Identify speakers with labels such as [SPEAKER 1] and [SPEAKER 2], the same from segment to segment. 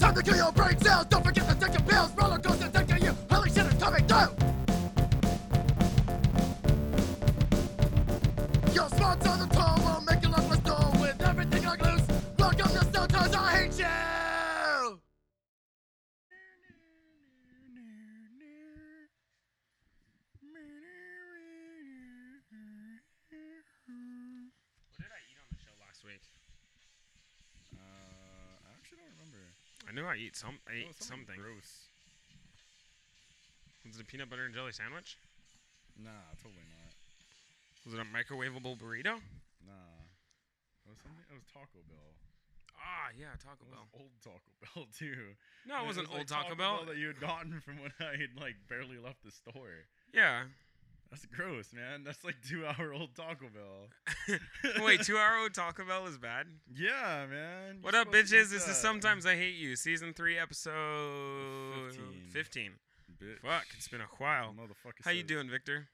[SPEAKER 1] Welcome to your brain cells. Don't forget to take your pills. Roller coaster taking you. Holy shit, it's coming through. Your spots on the tall will make you look like stone with everything like loose. Welcome to Stones. I hate you.
[SPEAKER 2] What did I eat on the show last week?
[SPEAKER 3] Uh, I actually don't remember.
[SPEAKER 2] I know I eat some. I
[SPEAKER 3] Oh,
[SPEAKER 2] ate something.
[SPEAKER 3] Gross.
[SPEAKER 2] Was it a peanut butter and jelly sandwich?
[SPEAKER 3] Nah, totally not.
[SPEAKER 2] Was it a microwavable burrito?
[SPEAKER 3] Nah. It was something. It was Taco Bell.
[SPEAKER 2] Ah, yeah, Taco
[SPEAKER 3] It
[SPEAKER 2] Bell.
[SPEAKER 3] was old Taco Bell too.
[SPEAKER 2] No, it was an old
[SPEAKER 3] like
[SPEAKER 2] Taco Bell.
[SPEAKER 3] that you had gotten from when I had like barely left the store.
[SPEAKER 2] Yeah.
[SPEAKER 3] That's gross, man. That's like two hour old Taco Bell.
[SPEAKER 2] Wait, two hour old Taco Bell is bad.
[SPEAKER 3] Yeah, man.
[SPEAKER 2] What
[SPEAKER 3] You're
[SPEAKER 2] up,
[SPEAKER 3] supposed to eat
[SPEAKER 2] bitches? This
[SPEAKER 3] that.
[SPEAKER 2] is Sometimes I Hate You, season three, episode 15.
[SPEAKER 3] 15. Bitch.
[SPEAKER 2] Fuck, it's been a while.
[SPEAKER 3] Motherfucker.
[SPEAKER 2] How you
[SPEAKER 3] says
[SPEAKER 2] doing, Victor?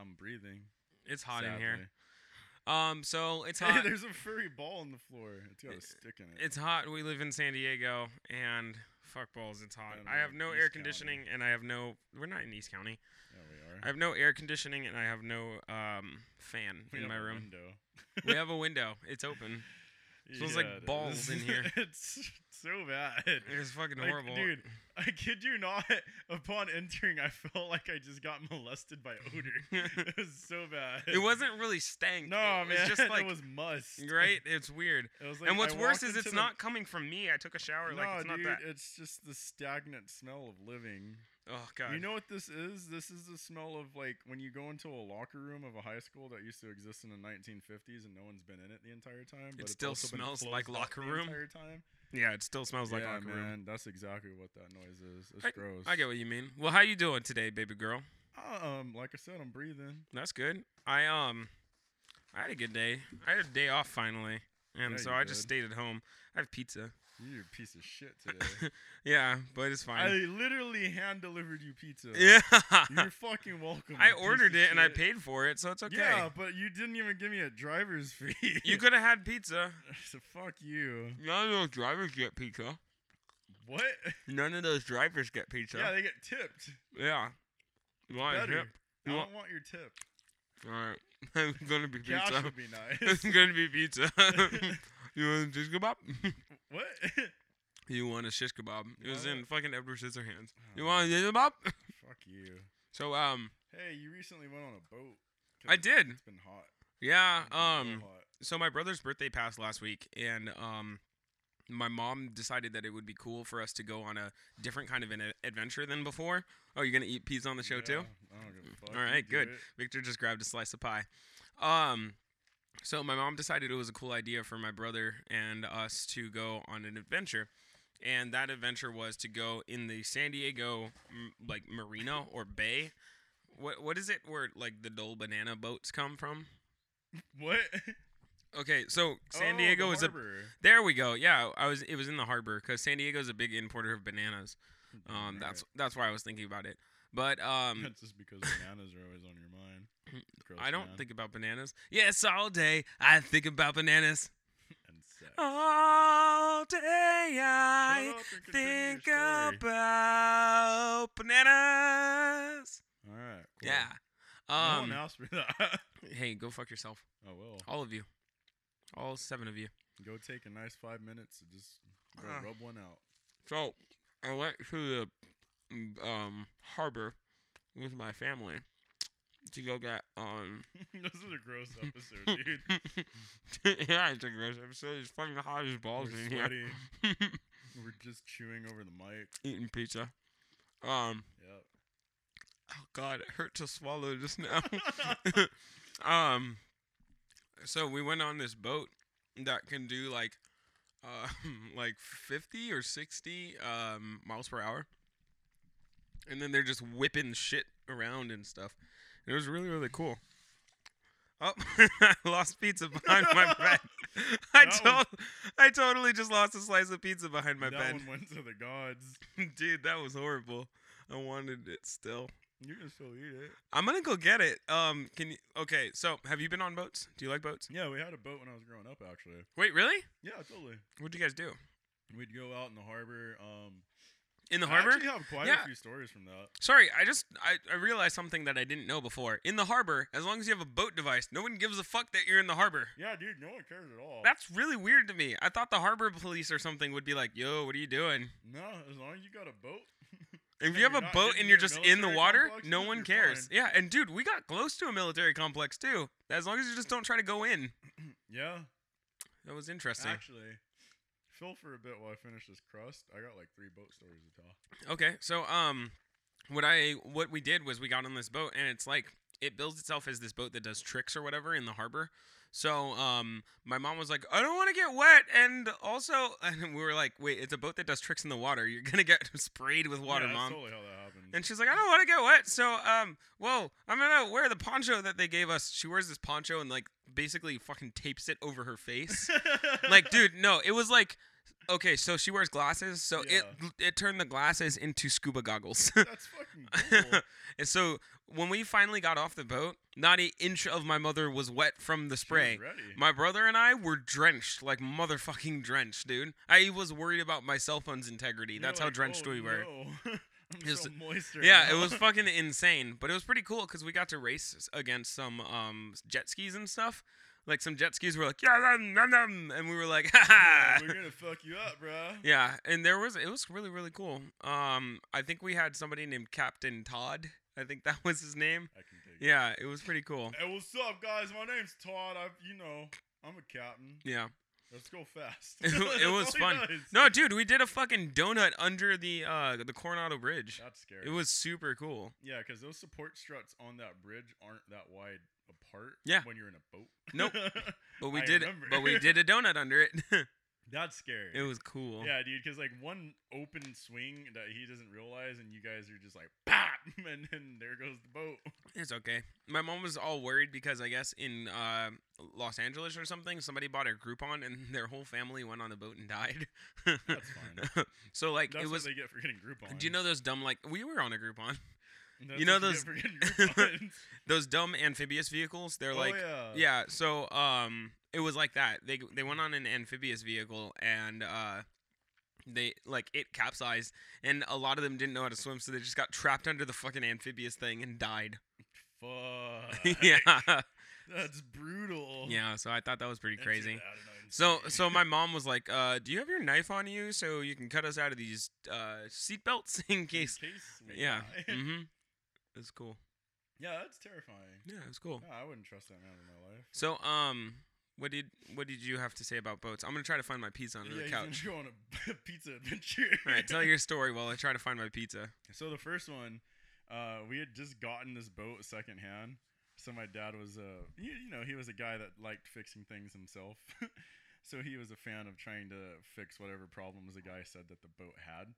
[SPEAKER 3] I'm breathing.
[SPEAKER 2] It's hot in
[SPEAKER 3] sadly.
[SPEAKER 2] here. Um, so it's
[SPEAKER 3] Hey,
[SPEAKER 2] hot.
[SPEAKER 3] there's a furry ball on the floor. It's got a stick in it.
[SPEAKER 2] it's hot. We live in San Diego, and fuck balls, it's hot.
[SPEAKER 3] I don't
[SPEAKER 2] I have
[SPEAKER 3] know,
[SPEAKER 2] no
[SPEAKER 3] East
[SPEAKER 2] air
[SPEAKER 3] County.
[SPEAKER 2] conditioning, and I have no. We're not in East County.
[SPEAKER 3] There we are.
[SPEAKER 2] I have no air conditioning, and I have no um fan
[SPEAKER 3] We
[SPEAKER 2] in
[SPEAKER 3] have
[SPEAKER 2] my
[SPEAKER 3] a
[SPEAKER 2] room.
[SPEAKER 3] window.
[SPEAKER 2] we have a window. It's open. Smells like
[SPEAKER 3] dude,
[SPEAKER 2] balls
[SPEAKER 3] this-
[SPEAKER 2] in here.
[SPEAKER 3] it's so bad.
[SPEAKER 2] It's fucking
[SPEAKER 3] Like,
[SPEAKER 2] horrible.
[SPEAKER 3] Dude, I kid you not. Upon entering, I felt like I just got molested by odor. it was so bad.
[SPEAKER 2] It wasn't really stank.
[SPEAKER 3] No,
[SPEAKER 2] it,
[SPEAKER 3] man.
[SPEAKER 2] It's just like
[SPEAKER 3] it was must.
[SPEAKER 2] right. It's weird.
[SPEAKER 3] It was like
[SPEAKER 2] And what's
[SPEAKER 3] I
[SPEAKER 2] worse
[SPEAKER 3] walked
[SPEAKER 2] is
[SPEAKER 3] into
[SPEAKER 2] it's
[SPEAKER 3] the-
[SPEAKER 2] not coming from me. I took a shower.
[SPEAKER 3] No,
[SPEAKER 2] like it's not
[SPEAKER 3] dude,
[SPEAKER 2] that.
[SPEAKER 3] it's just the stagnant smell of living.
[SPEAKER 2] oh god.
[SPEAKER 3] You know what this is? This is the smell of like when you go into a locker room of a high school that used to exist in the 1950s and no one's been in it the entire time. But it's
[SPEAKER 2] still
[SPEAKER 3] also been
[SPEAKER 2] smells like
[SPEAKER 3] closed up
[SPEAKER 2] locker
[SPEAKER 3] the
[SPEAKER 2] room.
[SPEAKER 3] entire time.
[SPEAKER 2] yeah, it still smells like
[SPEAKER 3] yeah,
[SPEAKER 2] locker
[SPEAKER 3] man,
[SPEAKER 2] room.
[SPEAKER 3] that's exactly what that noise is. It's
[SPEAKER 2] I,
[SPEAKER 3] gross.
[SPEAKER 2] I get what you mean. Well, how you doing today, baby girl?
[SPEAKER 3] Um, like I said, I'm breathing.
[SPEAKER 2] That's good. I um, I had a good day. I had a day off finally, and
[SPEAKER 3] Yeah,
[SPEAKER 2] so
[SPEAKER 3] you
[SPEAKER 2] I just
[SPEAKER 3] did.
[SPEAKER 2] stayed at home. I have pizza.
[SPEAKER 3] You're a piece of shit today.
[SPEAKER 2] Yeah, but it's
[SPEAKER 3] I
[SPEAKER 2] fine.
[SPEAKER 3] literally hand delivered you pizza.
[SPEAKER 2] yeah.
[SPEAKER 3] You're fucking welcome.
[SPEAKER 2] I
[SPEAKER 3] you piece
[SPEAKER 2] ordered
[SPEAKER 3] of
[SPEAKER 2] it and I
[SPEAKER 3] shit.
[SPEAKER 2] paid for it, so it's okay.
[SPEAKER 3] Yeah, but you didn't even give me a driver's fee.
[SPEAKER 2] You could have had pizza.
[SPEAKER 3] So fuck you.
[SPEAKER 2] None of those drivers get pizza.
[SPEAKER 3] What?
[SPEAKER 2] None of those drivers get pizza.
[SPEAKER 3] Yeah, they get tipped.
[SPEAKER 2] yeah. Why?
[SPEAKER 3] Better.
[SPEAKER 2] Yep.
[SPEAKER 3] I
[SPEAKER 2] You
[SPEAKER 3] don't want your tip.
[SPEAKER 2] All right. It's gonna be
[SPEAKER 3] Cash
[SPEAKER 2] pizza.
[SPEAKER 3] would be
[SPEAKER 2] It's
[SPEAKER 3] nice.
[SPEAKER 2] gonna be pizza. you want a shish kebab?
[SPEAKER 3] what?
[SPEAKER 2] you want a shish kebab? It was
[SPEAKER 3] Why
[SPEAKER 2] in
[SPEAKER 3] not?
[SPEAKER 2] fucking Edward Scissorhands. You
[SPEAKER 3] Oh.
[SPEAKER 2] want a shish kebab?
[SPEAKER 3] Fuck you.
[SPEAKER 2] So um,
[SPEAKER 3] Hey, you recently went on a boat. 'cause
[SPEAKER 2] I did.
[SPEAKER 3] It's been hot.
[SPEAKER 2] Yeah.
[SPEAKER 3] It's been real
[SPEAKER 2] Um.
[SPEAKER 3] hot.
[SPEAKER 2] So my brother's birthday passed last week, and um, my mom decided that it would be cool for us to go on a different kind of an a- adventure than before. Oh, you're gonna eat peas on the show too?
[SPEAKER 3] Yeah, I don't give a fuck.
[SPEAKER 2] All
[SPEAKER 3] you
[SPEAKER 2] right,
[SPEAKER 3] do
[SPEAKER 2] good.
[SPEAKER 3] it.
[SPEAKER 2] Victor just grabbed a slice of pie. Um, so my mom decided it was a cool idea for my brother and us to go on an adventure, and that adventure was to go in the San Diego m- like marina or bay. What what is it where like the dull banana boats come from?
[SPEAKER 3] What?
[SPEAKER 2] Okay, so San
[SPEAKER 3] Oh, the
[SPEAKER 2] Diego is a
[SPEAKER 3] harbor.
[SPEAKER 2] there we go. Yeah, I was. It was in the harbor because San Diego's a big importer of bananas. Um,
[SPEAKER 3] Alright.
[SPEAKER 2] that's that's why I was thinking about it. But um,
[SPEAKER 3] That's just because bananas are always on your mind. Gross,
[SPEAKER 2] I don't
[SPEAKER 3] man.
[SPEAKER 2] think about bananas. Yes, all day I think about bananas.
[SPEAKER 3] And sex.
[SPEAKER 2] All day Oh, I
[SPEAKER 3] Shut up and continue your
[SPEAKER 2] think
[SPEAKER 3] story.
[SPEAKER 2] about bananas.
[SPEAKER 3] All right. cool.
[SPEAKER 2] Yeah.
[SPEAKER 3] No
[SPEAKER 2] Um.
[SPEAKER 3] one asked for that.
[SPEAKER 2] hey, go fuck yourself,
[SPEAKER 3] I will.
[SPEAKER 2] all of you, all seven of you.
[SPEAKER 3] Go take a nice five minutes and just go
[SPEAKER 2] Ah.
[SPEAKER 3] rub one out.
[SPEAKER 2] So I went to the mm, um harbor with my family to go get um
[SPEAKER 3] this is a gross episode, dude.
[SPEAKER 2] yeah, it's a gross episode. It's fucking hot as balls
[SPEAKER 3] We're
[SPEAKER 2] in here.
[SPEAKER 3] sweaty. We're just chewing over the mic.
[SPEAKER 2] Eating pizza. Um
[SPEAKER 3] Yep.
[SPEAKER 2] oh god, it hurt to swallow just now. um so we went on this boat that can do like uh like 50 or 60 um miles per hour. And then they're just whipping shit around and stuff. It was really really cool. Oh, I lost pizza behind my bed. I
[SPEAKER 3] That
[SPEAKER 2] told,
[SPEAKER 3] one-
[SPEAKER 2] I totally just lost a slice of pizza behind my
[SPEAKER 3] that
[SPEAKER 2] bed.
[SPEAKER 3] one went to the gods.
[SPEAKER 2] Dude, that was horrible. I wanted it still.
[SPEAKER 3] You can still eat it.
[SPEAKER 2] I'm gonna go get it. Um, can you? Okay, so have you been on boats? Do you like boats?
[SPEAKER 3] Yeah, we had a boat when I was growing up, actually.
[SPEAKER 2] Wait, really?
[SPEAKER 3] Yeah, totally.
[SPEAKER 2] What'd you guys do?
[SPEAKER 3] We'd go out in the harbor. Um,
[SPEAKER 2] In the
[SPEAKER 3] I
[SPEAKER 2] harbor?
[SPEAKER 3] actually have quite
[SPEAKER 2] Yeah.
[SPEAKER 3] a few stories from that.
[SPEAKER 2] Sorry, I just I, I realized something that I didn't know before. In the harbor, as long as you have a boat device, no one gives a fuck that you're in the harbor.
[SPEAKER 3] Yeah, dude, no one cares at all.
[SPEAKER 2] That's really weird to me. I thought the harbor police or something would be like, "Yo, what are you doing?"
[SPEAKER 3] no, as long as you got a boat.
[SPEAKER 2] If
[SPEAKER 3] And
[SPEAKER 2] you have
[SPEAKER 3] you're
[SPEAKER 2] a
[SPEAKER 3] not
[SPEAKER 2] boat
[SPEAKER 3] hitting
[SPEAKER 2] and you're
[SPEAKER 3] your
[SPEAKER 2] just in the
[SPEAKER 3] military
[SPEAKER 2] water,
[SPEAKER 3] complex,
[SPEAKER 2] no
[SPEAKER 3] dude,
[SPEAKER 2] one
[SPEAKER 3] you're
[SPEAKER 2] cares.
[SPEAKER 3] fine.
[SPEAKER 2] Yeah, and dude, we got close to a military complex too. As long as you just don't try to go in.
[SPEAKER 3] yeah,
[SPEAKER 2] That was interesting.
[SPEAKER 3] actually, fill for a bit while I finish this crust. I got like three boat stories to tell.
[SPEAKER 2] Okay, so um, what I what we did was we got on this boat, and it's like it builds itself as this boat that does tricks or whatever in the harbor. So um, my mom was like, "I don't want to get wet," and also, and we were like, "Wait, it's a boat that does tricks in the water. You're gonna get sprayed with water,
[SPEAKER 3] yeah,
[SPEAKER 2] mom."
[SPEAKER 3] That's totally how that happens.
[SPEAKER 2] And she's like, I don't want to get wet. So, um, whoa, I'm gonna wear the poncho that they gave us. She wears this poncho and like basically fucking tapes it over her face. like, dude, no, it was like, okay, so she wears glasses, so
[SPEAKER 3] Yeah.
[SPEAKER 2] it it turned the glasses into scuba goggles.
[SPEAKER 3] that's fucking cool.
[SPEAKER 2] and so when we finally got off the boat, not an inch of my mother was wet from the
[SPEAKER 3] She was
[SPEAKER 2] spray.
[SPEAKER 3] ready.
[SPEAKER 2] My brother and I were drenched, like motherfucking drenched, dude. I was worried about my cell phone's integrity.
[SPEAKER 3] You're
[SPEAKER 2] That's how
[SPEAKER 3] like,
[SPEAKER 2] drenched
[SPEAKER 3] "Oh,
[SPEAKER 2] we were.
[SPEAKER 3] no." I'm
[SPEAKER 2] It was-
[SPEAKER 3] so moist right
[SPEAKER 2] Yeah, it
[SPEAKER 3] now.
[SPEAKER 2] was fucking insane, but it was pretty cool because we got to race s- against some um, jet skis and stuff. Like some jet skis were like, yeah, nom, nom, nom," and we were like, ha
[SPEAKER 3] Yeah,
[SPEAKER 2] ha.
[SPEAKER 3] we're gonna fuck you up, bruh.
[SPEAKER 2] Yeah, and there was it was really really cool. Um, I think we had somebody named Captain Todd. I think that was his name.
[SPEAKER 3] I can take it.
[SPEAKER 2] Yeah, it was pretty cool.
[SPEAKER 3] Hey, what's up, guys? My name's Todd. I've, you know, I'm a captain.
[SPEAKER 2] Yeah,
[SPEAKER 3] Let's go fast.
[SPEAKER 2] it, w-
[SPEAKER 3] That's
[SPEAKER 2] it
[SPEAKER 3] all
[SPEAKER 2] was
[SPEAKER 3] he
[SPEAKER 2] fun.
[SPEAKER 3] does.
[SPEAKER 2] No, dude, we did a fucking donut under the uh the Coronado Bridge.
[SPEAKER 3] that's scary.
[SPEAKER 2] It was super cool.
[SPEAKER 3] yeah, because those support struts on that bridge aren't that wide apart.
[SPEAKER 2] Yeah.
[SPEAKER 3] when you're in a boat.
[SPEAKER 2] Nope. But we
[SPEAKER 3] I
[SPEAKER 2] did,
[SPEAKER 3] remember.
[SPEAKER 2] but we did a donut under it.
[SPEAKER 3] that's scary.
[SPEAKER 2] it was cool.
[SPEAKER 3] Yeah, dude, because like one open swing that he doesn't realize, and you guys are just like, pop, and then there goes the boat.
[SPEAKER 2] It's okay. My mom was all worried because I guess in uh, Los Angeles or something, somebody bought a Groupon and their whole family went on the boat and died.
[SPEAKER 3] That's fine.
[SPEAKER 2] so like
[SPEAKER 3] That's
[SPEAKER 2] it was.
[SPEAKER 3] what they get for getting Groupon.
[SPEAKER 2] Do you know those dumb like we were on a Groupon?
[SPEAKER 3] That's
[SPEAKER 2] you know
[SPEAKER 3] what
[SPEAKER 2] those-
[SPEAKER 3] get for getting Groupons.
[SPEAKER 2] Those dumb amphibious vehicles. They're like
[SPEAKER 3] oh,
[SPEAKER 2] yeah.
[SPEAKER 3] yeah.
[SPEAKER 2] So um, it was like that. They they went on an amphibious vehicle and uh, they like it capsized and a lot of them didn't know how to swim, so they just got trapped under the fucking amphibious thing and died.
[SPEAKER 3] Fuck.
[SPEAKER 2] yeah,
[SPEAKER 3] That's brutal.
[SPEAKER 2] yeah. So I thought that was pretty
[SPEAKER 3] oh. That's
[SPEAKER 2] crazy.
[SPEAKER 3] it, I don't know, it's
[SPEAKER 2] So
[SPEAKER 3] scary.
[SPEAKER 2] so my mom was like, uh, "Do you have your knife on you so you can cut us out of these uh, seatbelts in
[SPEAKER 3] In
[SPEAKER 2] case?"
[SPEAKER 3] we
[SPEAKER 2] Yeah.
[SPEAKER 3] die.
[SPEAKER 2] Mm-hmm. It's cool.
[SPEAKER 3] yeah, that's terrifying.
[SPEAKER 2] Yeah, it's cool.
[SPEAKER 3] Yeah, I wouldn't trust that man in my life.
[SPEAKER 2] So um, what did what did you have to say about boats? I'm gonna try to find my pizza under
[SPEAKER 3] yeah,
[SPEAKER 2] the
[SPEAKER 3] he's
[SPEAKER 2] couch.
[SPEAKER 3] gonna go on a pizza adventure.
[SPEAKER 2] All right, tell your story while I try to find my pizza.
[SPEAKER 3] So the first one, uh, we had just gotten this boat secondhand. So my dad was uh, you, you know, he was a guy that liked fixing things himself. so he was a fan of trying to fix whatever problems the guy said that the boat had.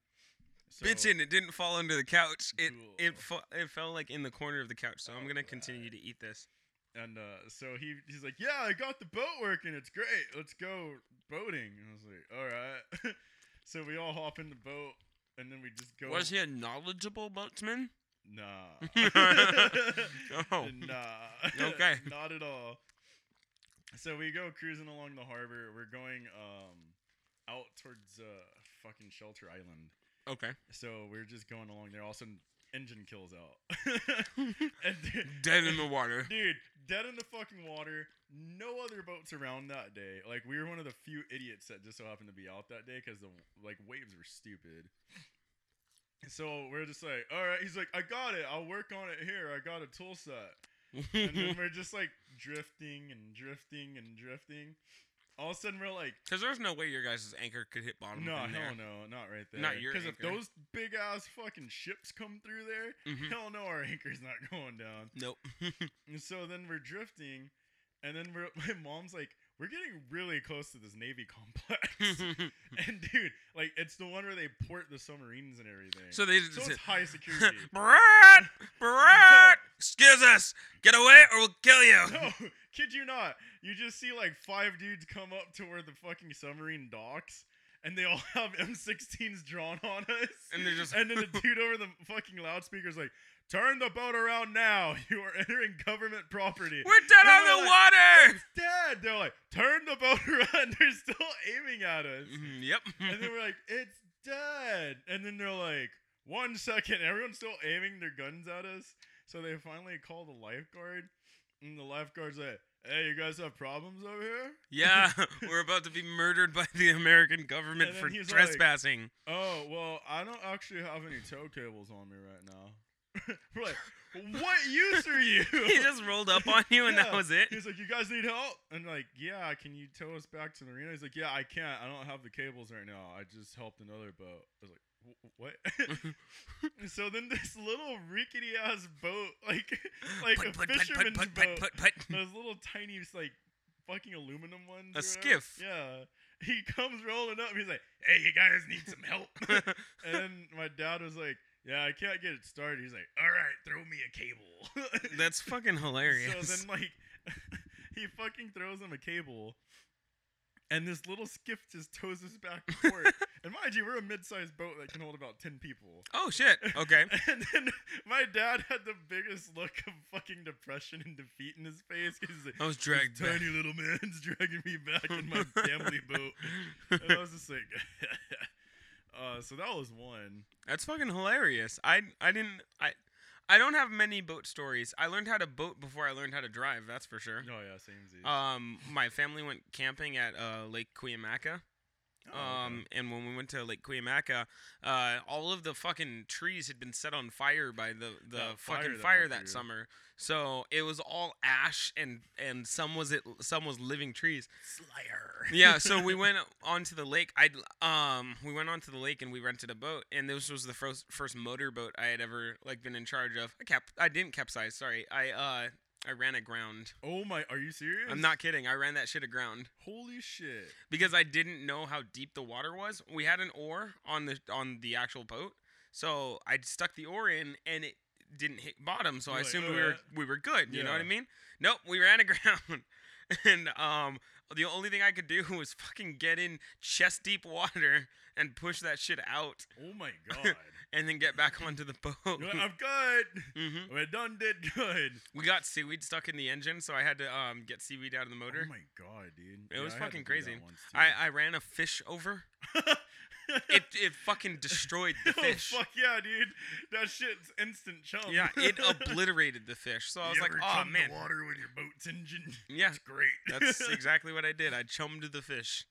[SPEAKER 3] So,
[SPEAKER 2] Bitchin', it didn't fall under the couch. It it
[SPEAKER 3] Cool.
[SPEAKER 2] fa- it fell like in the corner of the couch. So I'm gonna continue
[SPEAKER 3] Alright.
[SPEAKER 2] to eat this.
[SPEAKER 3] And uh, so he he's like, "Yeah, I got the boat working. It's great. Let's go boating." And I was like, "All right." so we all hop in the boat, and then we just go.
[SPEAKER 2] Was he a knowledgeable boatsman?
[SPEAKER 3] Nah.
[SPEAKER 2] Oh.
[SPEAKER 3] Nah.
[SPEAKER 2] Okay.
[SPEAKER 3] Not at all. So we go cruising along the harbor. We're going um out towards uh fucking Shelter Island.
[SPEAKER 2] Okay.
[SPEAKER 3] So we're just going along there. All of a sudden, engine kills out. And dude-
[SPEAKER 2] Dead in the water.
[SPEAKER 3] Dude, dead in the fucking water. No other boats around that day. Like we were one of the few idiots that just so happened to be out that day because the like waves were stupid. So we're just like, all right. He's like, I got it. I'll work on it here. I got a tool set. And then
[SPEAKER 2] Because
[SPEAKER 3] we're just like drifting and drifting and drifting. All of a sudden, we're like,
[SPEAKER 2] there's no way your guys' anchor could hit bottom.
[SPEAKER 3] no,
[SPEAKER 2] from there.
[SPEAKER 3] hell no, not right there.
[SPEAKER 2] Not your
[SPEAKER 3] Because if
[SPEAKER 2] anchor.
[SPEAKER 3] those big ass fucking ships come through there,
[SPEAKER 2] Mhm.
[SPEAKER 3] hell no, our anchor's not going down.
[SPEAKER 2] Nope.
[SPEAKER 3] And so then we're drifting, and then we're, my mom's like, we're getting really close to this Navy complex. and dude, like, it's the one where they port the submarines and everything.
[SPEAKER 2] so they just
[SPEAKER 3] so
[SPEAKER 2] said,
[SPEAKER 3] it's high security.
[SPEAKER 2] Brad, Brad, excuse us, get away or we'll kill you.
[SPEAKER 3] no, kid you not. You just see like five dudes come up to where the fucking submarine docks. and they all have M16s drawn on us.
[SPEAKER 2] And they're just-
[SPEAKER 3] and then the dude over the fucking loudspeaker's like, "Turn the boat around now. You are entering government property."
[SPEAKER 2] We're dead
[SPEAKER 3] And
[SPEAKER 2] on
[SPEAKER 3] we're
[SPEAKER 2] the
[SPEAKER 3] like,
[SPEAKER 2] water.
[SPEAKER 3] Dad, they're like, "Turn the boat around." They're still aiming at us.
[SPEAKER 2] Mhm, yep.
[SPEAKER 3] and then we're like, it's dead. And then they're like, one second. Everyone's still aiming their guns at us. So they finally call the lifeguard. And the lifeguard's like, hey, you guys have problems over here?
[SPEAKER 2] yeah, we're about to be murdered by the American government
[SPEAKER 3] And then
[SPEAKER 2] for
[SPEAKER 3] he's like-
[SPEAKER 2] trespassing.
[SPEAKER 3] Oh, well, I don't actually have any tow cables on me right now. we're like, what use are you?
[SPEAKER 2] he just rolled up on you, and that
[SPEAKER 3] Yeah.
[SPEAKER 2] was it.
[SPEAKER 3] He's like, you guys need help? And like, yeah, can you tow us back to the arena? He's like, yeah, I can't. I don't have the cables right now. I just helped another boat. I was like, "Wh- what? And so then this little rickety ass boat, like, like
[SPEAKER 2] Put,
[SPEAKER 3] a
[SPEAKER 2] put, put, put,
[SPEAKER 3] fisherman's
[SPEAKER 2] put,
[SPEAKER 3] boat,
[SPEAKER 2] put, put, put.
[SPEAKER 3] those little tiny, like, fucking aluminum ones.
[SPEAKER 2] A
[SPEAKER 3] or whatever.
[SPEAKER 2] skiff.
[SPEAKER 3] Yeah. He comes rolling up. He's like, hey, you guys need some help. and then my dad was like, yeah, I can't get it started. He's like, all right, throw me a cable.
[SPEAKER 2] That's fucking hilarious.
[SPEAKER 3] So then, like, he fucking throws him a cable, and this little skiff just tows us back to port. and mind you, we're a mid-sized boat that can hold about ten people.
[SPEAKER 2] oh shit. Okay.
[SPEAKER 3] And then my dad had the biggest look of fucking depression and defeat in his face. 'cause He's like,
[SPEAKER 2] I was
[SPEAKER 3] "This
[SPEAKER 2] dragged back.
[SPEAKER 3] tiny little man's dragging me back in my family boat. And I was just like, uh, so that was one.
[SPEAKER 2] That's fucking hilarious. I I didn't I I don't have many boat stories. I learned how to boat before I learned how to drive. That's for sure.
[SPEAKER 3] Oh yeah, same Z.
[SPEAKER 2] Um, my family went camping at uh, Lake Cuyamaca.
[SPEAKER 3] Oh,
[SPEAKER 2] Um, and when we went to Lake Cuyamaca, uh, all of the fucking trees had been set on fire by the, the
[SPEAKER 3] That fire
[SPEAKER 2] fucking
[SPEAKER 3] that
[SPEAKER 2] fire
[SPEAKER 3] went
[SPEAKER 2] that
[SPEAKER 3] through.
[SPEAKER 2] summer. So it was all ash and and some was it some was living trees.
[SPEAKER 3] Slayer.
[SPEAKER 2] yeah, so we went onto the lake. I um we went onto the lake and we rented a boat, and this was the first first motorboat I had ever like been in charge of. I cap I didn't capsize. Sorry, I uh I ran aground.
[SPEAKER 3] Oh my, are you serious?
[SPEAKER 2] I'm not kidding. I ran that shit aground
[SPEAKER 3] Holy shit.
[SPEAKER 2] because I didn't know how deep the water was. We had an oar on the on the actual boat, so I stuck the oar in and it didn't hit bottom. So I
[SPEAKER 3] You're like,
[SPEAKER 2] assumed
[SPEAKER 3] "Oh,
[SPEAKER 2] we were
[SPEAKER 3] yeah."
[SPEAKER 2] we were good. You know what I
[SPEAKER 3] Yeah.
[SPEAKER 2] mean? Nope, we ran aground, and um, the only thing I could do was fucking get in chest deep water and push that shit out,
[SPEAKER 3] Oh my god.
[SPEAKER 2] and then get back onto the boat.
[SPEAKER 3] You're like, I'm good.
[SPEAKER 2] hmm
[SPEAKER 3] I done did good.
[SPEAKER 2] We got seaweed stuck in the engine, so I had to um get seaweed out of the motor.
[SPEAKER 3] Oh my god, dude.
[SPEAKER 2] It was
[SPEAKER 3] I had
[SPEAKER 2] fucking
[SPEAKER 3] to do
[SPEAKER 2] crazy.
[SPEAKER 3] that once,
[SPEAKER 2] I,
[SPEAKER 3] too.
[SPEAKER 2] I ran a fish over. It, it fucking destroyed the fish.
[SPEAKER 3] Oh fuck yeah, dude. That shit's instant chump.
[SPEAKER 2] Yeah, it obliterated the fish. So I was
[SPEAKER 3] You
[SPEAKER 2] like,
[SPEAKER 3] ever
[SPEAKER 2] oh
[SPEAKER 3] chum the
[SPEAKER 2] man.
[SPEAKER 3] water with your boat's engine.
[SPEAKER 2] Yeah,
[SPEAKER 3] It's great.
[SPEAKER 2] that's exactly what I did. I chummed the fish.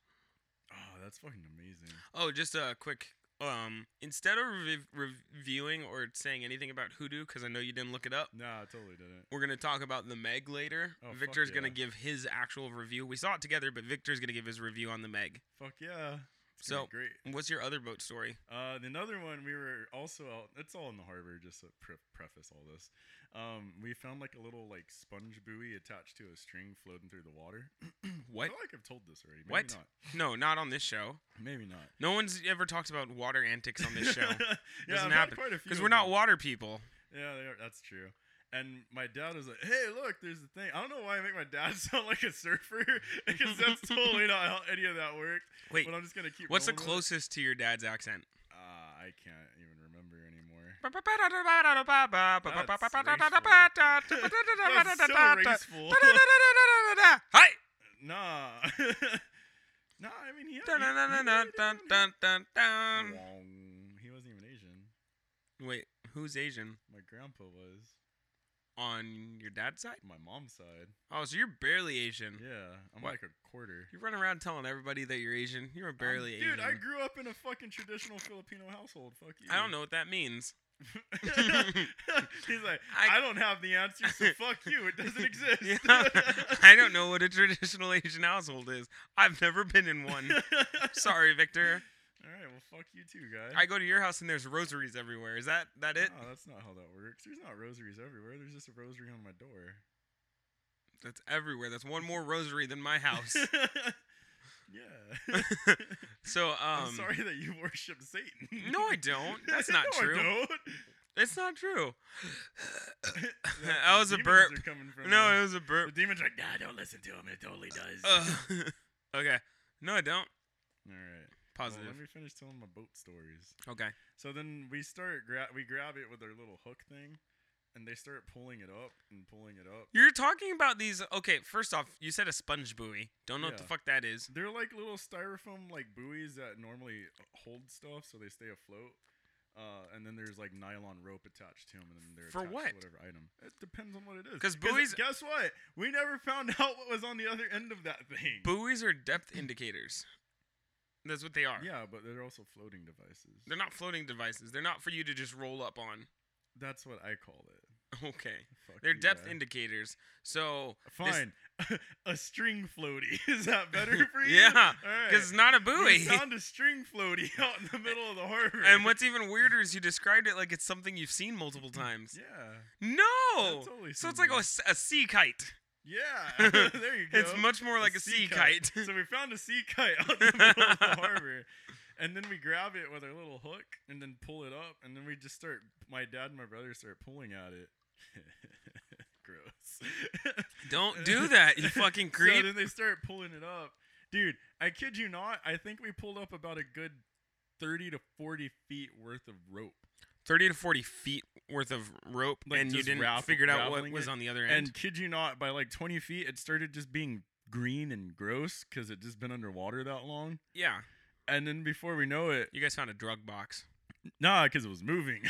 [SPEAKER 3] Oh, that's fucking amazing.
[SPEAKER 2] Oh, just a quick. Um, instead of rev- reviewing or saying anything about Hoodoo, because I know you didn't look it up,
[SPEAKER 3] Nah, I totally didn't.
[SPEAKER 2] we're gonna talk about the Meg later.
[SPEAKER 3] Oh, fuck
[SPEAKER 2] Victor's gonna
[SPEAKER 3] yeah.
[SPEAKER 2] give his actual review. We saw it together, but Victor's gonna give his review on the Meg.
[SPEAKER 3] Fuck yeah. It's
[SPEAKER 2] So-
[SPEAKER 3] gonna be great.
[SPEAKER 2] What's your other boat story?
[SPEAKER 3] Uh, and another one we were also out. It's all in the harbor. Just to pre- preface all this, um, we found like a little like sponge buoy attached to a string floating through the water. I
[SPEAKER 2] What?
[SPEAKER 3] feel like I've told this already. Maybe
[SPEAKER 2] What?
[SPEAKER 3] Not.
[SPEAKER 2] No, not on this show.
[SPEAKER 3] Maybe not.
[SPEAKER 2] No one's ever talked about water antics on this show
[SPEAKER 3] yeah,
[SPEAKER 2] Doesn't
[SPEAKER 3] I've had
[SPEAKER 2] happen,
[SPEAKER 3] quite a few
[SPEAKER 2] because
[SPEAKER 3] of
[SPEAKER 2] we're not
[SPEAKER 3] them.
[SPEAKER 2] water people.
[SPEAKER 3] yeah, they are, that's true. And my dad was like, "Hey, look, there's the thing." I don't know why I make my dad sound like a surfer because that's totally not how any of that works.
[SPEAKER 2] Wait,
[SPEAKER 3] but I'm just gonna keep.
[SPEAKER 2] what's the
[SPEAKER 3] rolling with it.
[SPEAKER 2] closest to your dad's accent?
[SPEAKER 3] Ah, I can't even remember anymore. That's so raceful.
[SPEAKER 2] Hi.
[SPEAKER 3] Nah. nah, I mean, he, had- he, he, Wong. he wasn't even Asian.
[SPEAKER 2] Wait, who's Asian
[SPEAKER 3] My grandpa was.
[SPEAKER 2] on your dad's side?
[SPEAKER 3] My mom's side.
[SPEAKER 2] Oh, so you're barely Asian.
[SPEAKER 3] Yeah, I'm
[SPEAKER 2] What?
[SPEAKER 3] like a quarter.
[SPEAKER 2] You run around telling everybody that you're Asian. You're
[SPEAKER 3] I'm-
[SPEAKER 2] barely Asian.
[SPEAKER 3] Dude, I grew up in a fucking traditional Filipino household. Fuck you.
[SPEAKER 2] I don't know what that means.
[SPEAKER 3] He's like,
[SPEAKER 2] I-
[SPEAKER 3] I, don't have the answer, so fuck you. It doesn't exist.
[SPEAKER 2] Yeah, I don't know what a traditional Asian household is. I've never been in one. Sorry, Victor.
[SPEAKER 3] All right, well, fuck you too, guys.
[SPEAKER 2] I go to your house and there's rosaries everywhere. Is that that it?
[SPEAKER 3] no, that's not how that works. There's not rosaries everywhere. There's just a rosary on my door.
[SPEAKER 2] That's everywhere. That's one more rosary than my house.
[SPEAKER 3] yeah.
[SPEAKER 2] so um
[SPEAKER 3] I'm sorry that you worship Satan.
[SPEAKER 2] No, I don't. That's not
[SPEAKER 3] No,
[SPEAKER 2] true.
[SPEAKER 3] I
[SPEAKER 2] It's not true.
[SPEAKER 3] don't.
[SPEAKER 2] That
[SPEAKER 3] The
[SPEAKER 2] was a
[SPEAKER 3] demons
[SPEAKER 2] burp.
[SPEAKER 3] are coming from
[SPEAKER 2] No,
[SPEAKER 3] him.
[SPEAKER 2] it was a burp.
[SPEAKER 3] the demon's like, nah, don't listen to him. It totally does.
[SPEAKER 2] Uh, okay. No, I don't.
[SPEAKER 3] All right. Well,
[SPEAKER 2] positive.
[SPEAKER 3] let me finish telling my boat stories.
[SPEAKER 2] okay.
[SPEAKER 3] So then we start gra- we grab it with our little hook thing, and they start pulling it up and pulling it up.
[SPEAKER 2] You're talking about these. Okay, first off, you said a sponge buoy. Don't know what the
[SPEAKER 3] Yeah.
[SPEAKER 2] fuck that is.
[SPEAKER 3] They're like little styrofoam like buoys that normally hold stuff, so they stay afloat. Uh, and then there's like nylon rope attached to them, and then they're
[SPEAKER 2] For
[SPEAKER 3] attached
[SPEAKER 2] what?
[SPEAKER 3] to whatever item. It depends on what it is.
[SPEAKER 2] 'Cause buoys-
[SPEAKER 3] Guess what? We never found out what was on the other end of that thing.
[SPEAKER 2] Buoys are depth indicators. That's what they are.
[SPEAKER 3] yeah, but they're also floating devices.
[SPEAKER 2] They're not floating devices. They're not for you to just roll up on.
[SPEAKER 3] That's what I call it.
[SPEAKER 2] Okay.
[SPEAKER 3] Fuck
[SPEAKER 2] They're
[SPEAKER 3] you,
[SPEAKER 2] depth
[SPEAKER 3] guy.
[SPEAKER 2] indicators. So this-
[SPEAKER 3] Fine. a string floaty. Is that better for you?
[SPEAKER 2] Yeah,
[SPEAKER 3] All right.
[SPEAKER 2] Because it's not a
[SPEAKER 3] We
[SPEAKER 2] buoy.
[SPEAKER 3] found a string floaty out in the middle of the harbor.
[SPEAKER 2] and what's even weirder is you described it like it's something you've seen multiple times.
[SPEAKER 3] Yeah.
[SPEAKER 2] No.
[SPEAKER 3] I've totally
[SPEAKER 2] Oh, so
[SPEAKER 3] seen
[SPEAKER 2] it's like a,
[SPEAKER 3] that.
[SPEAKER 2] s- a sea kite.
[SPEAKER 3] Yeah. there you go.
[SPEAKER 2] It's much more like a, sea kite.
[SPEAKER 3] so we found a sea kite out in the middle of the harbor. And then we grab it with our little hook and then pull it up. And then we just start, my dad and my brother start pulling at it. Gross.
[SPEAKER 2] Don't do that, you fucking
[SPEAKER 3] So
[SPEAKER 2] creep.
[SPEAKER 3] then they start pulling it up. Dude, I kid you not, I think we pulled up about a good 30 to 40 feet worth of rope.
[SPEAKER 2] 30 to 40 feet worth of rope,
[SPEAKER 3] Like,
[SPEAKER 2] and you
[SPEAKER 3] just
[SPEAKER 2] didn't
[SPEAKER 3] raff-
[SPEAKER 2] figure out what
[SPEAKER 3] raffling
[SPEAKER 2] was
[SPEAKER 3] it.
[SPEAKER 2] on the other end.
[SPEAKER 3] And kid you not, by like 20 feet, it started just being green and gross because it just been underwater that long.
[SPEAKER 2] yeah,
[SPEAKER 3] And then before we know it,
[SPEAKER 2] you guys found a drug box.
[SPEAKER 3] nah, because it was moving.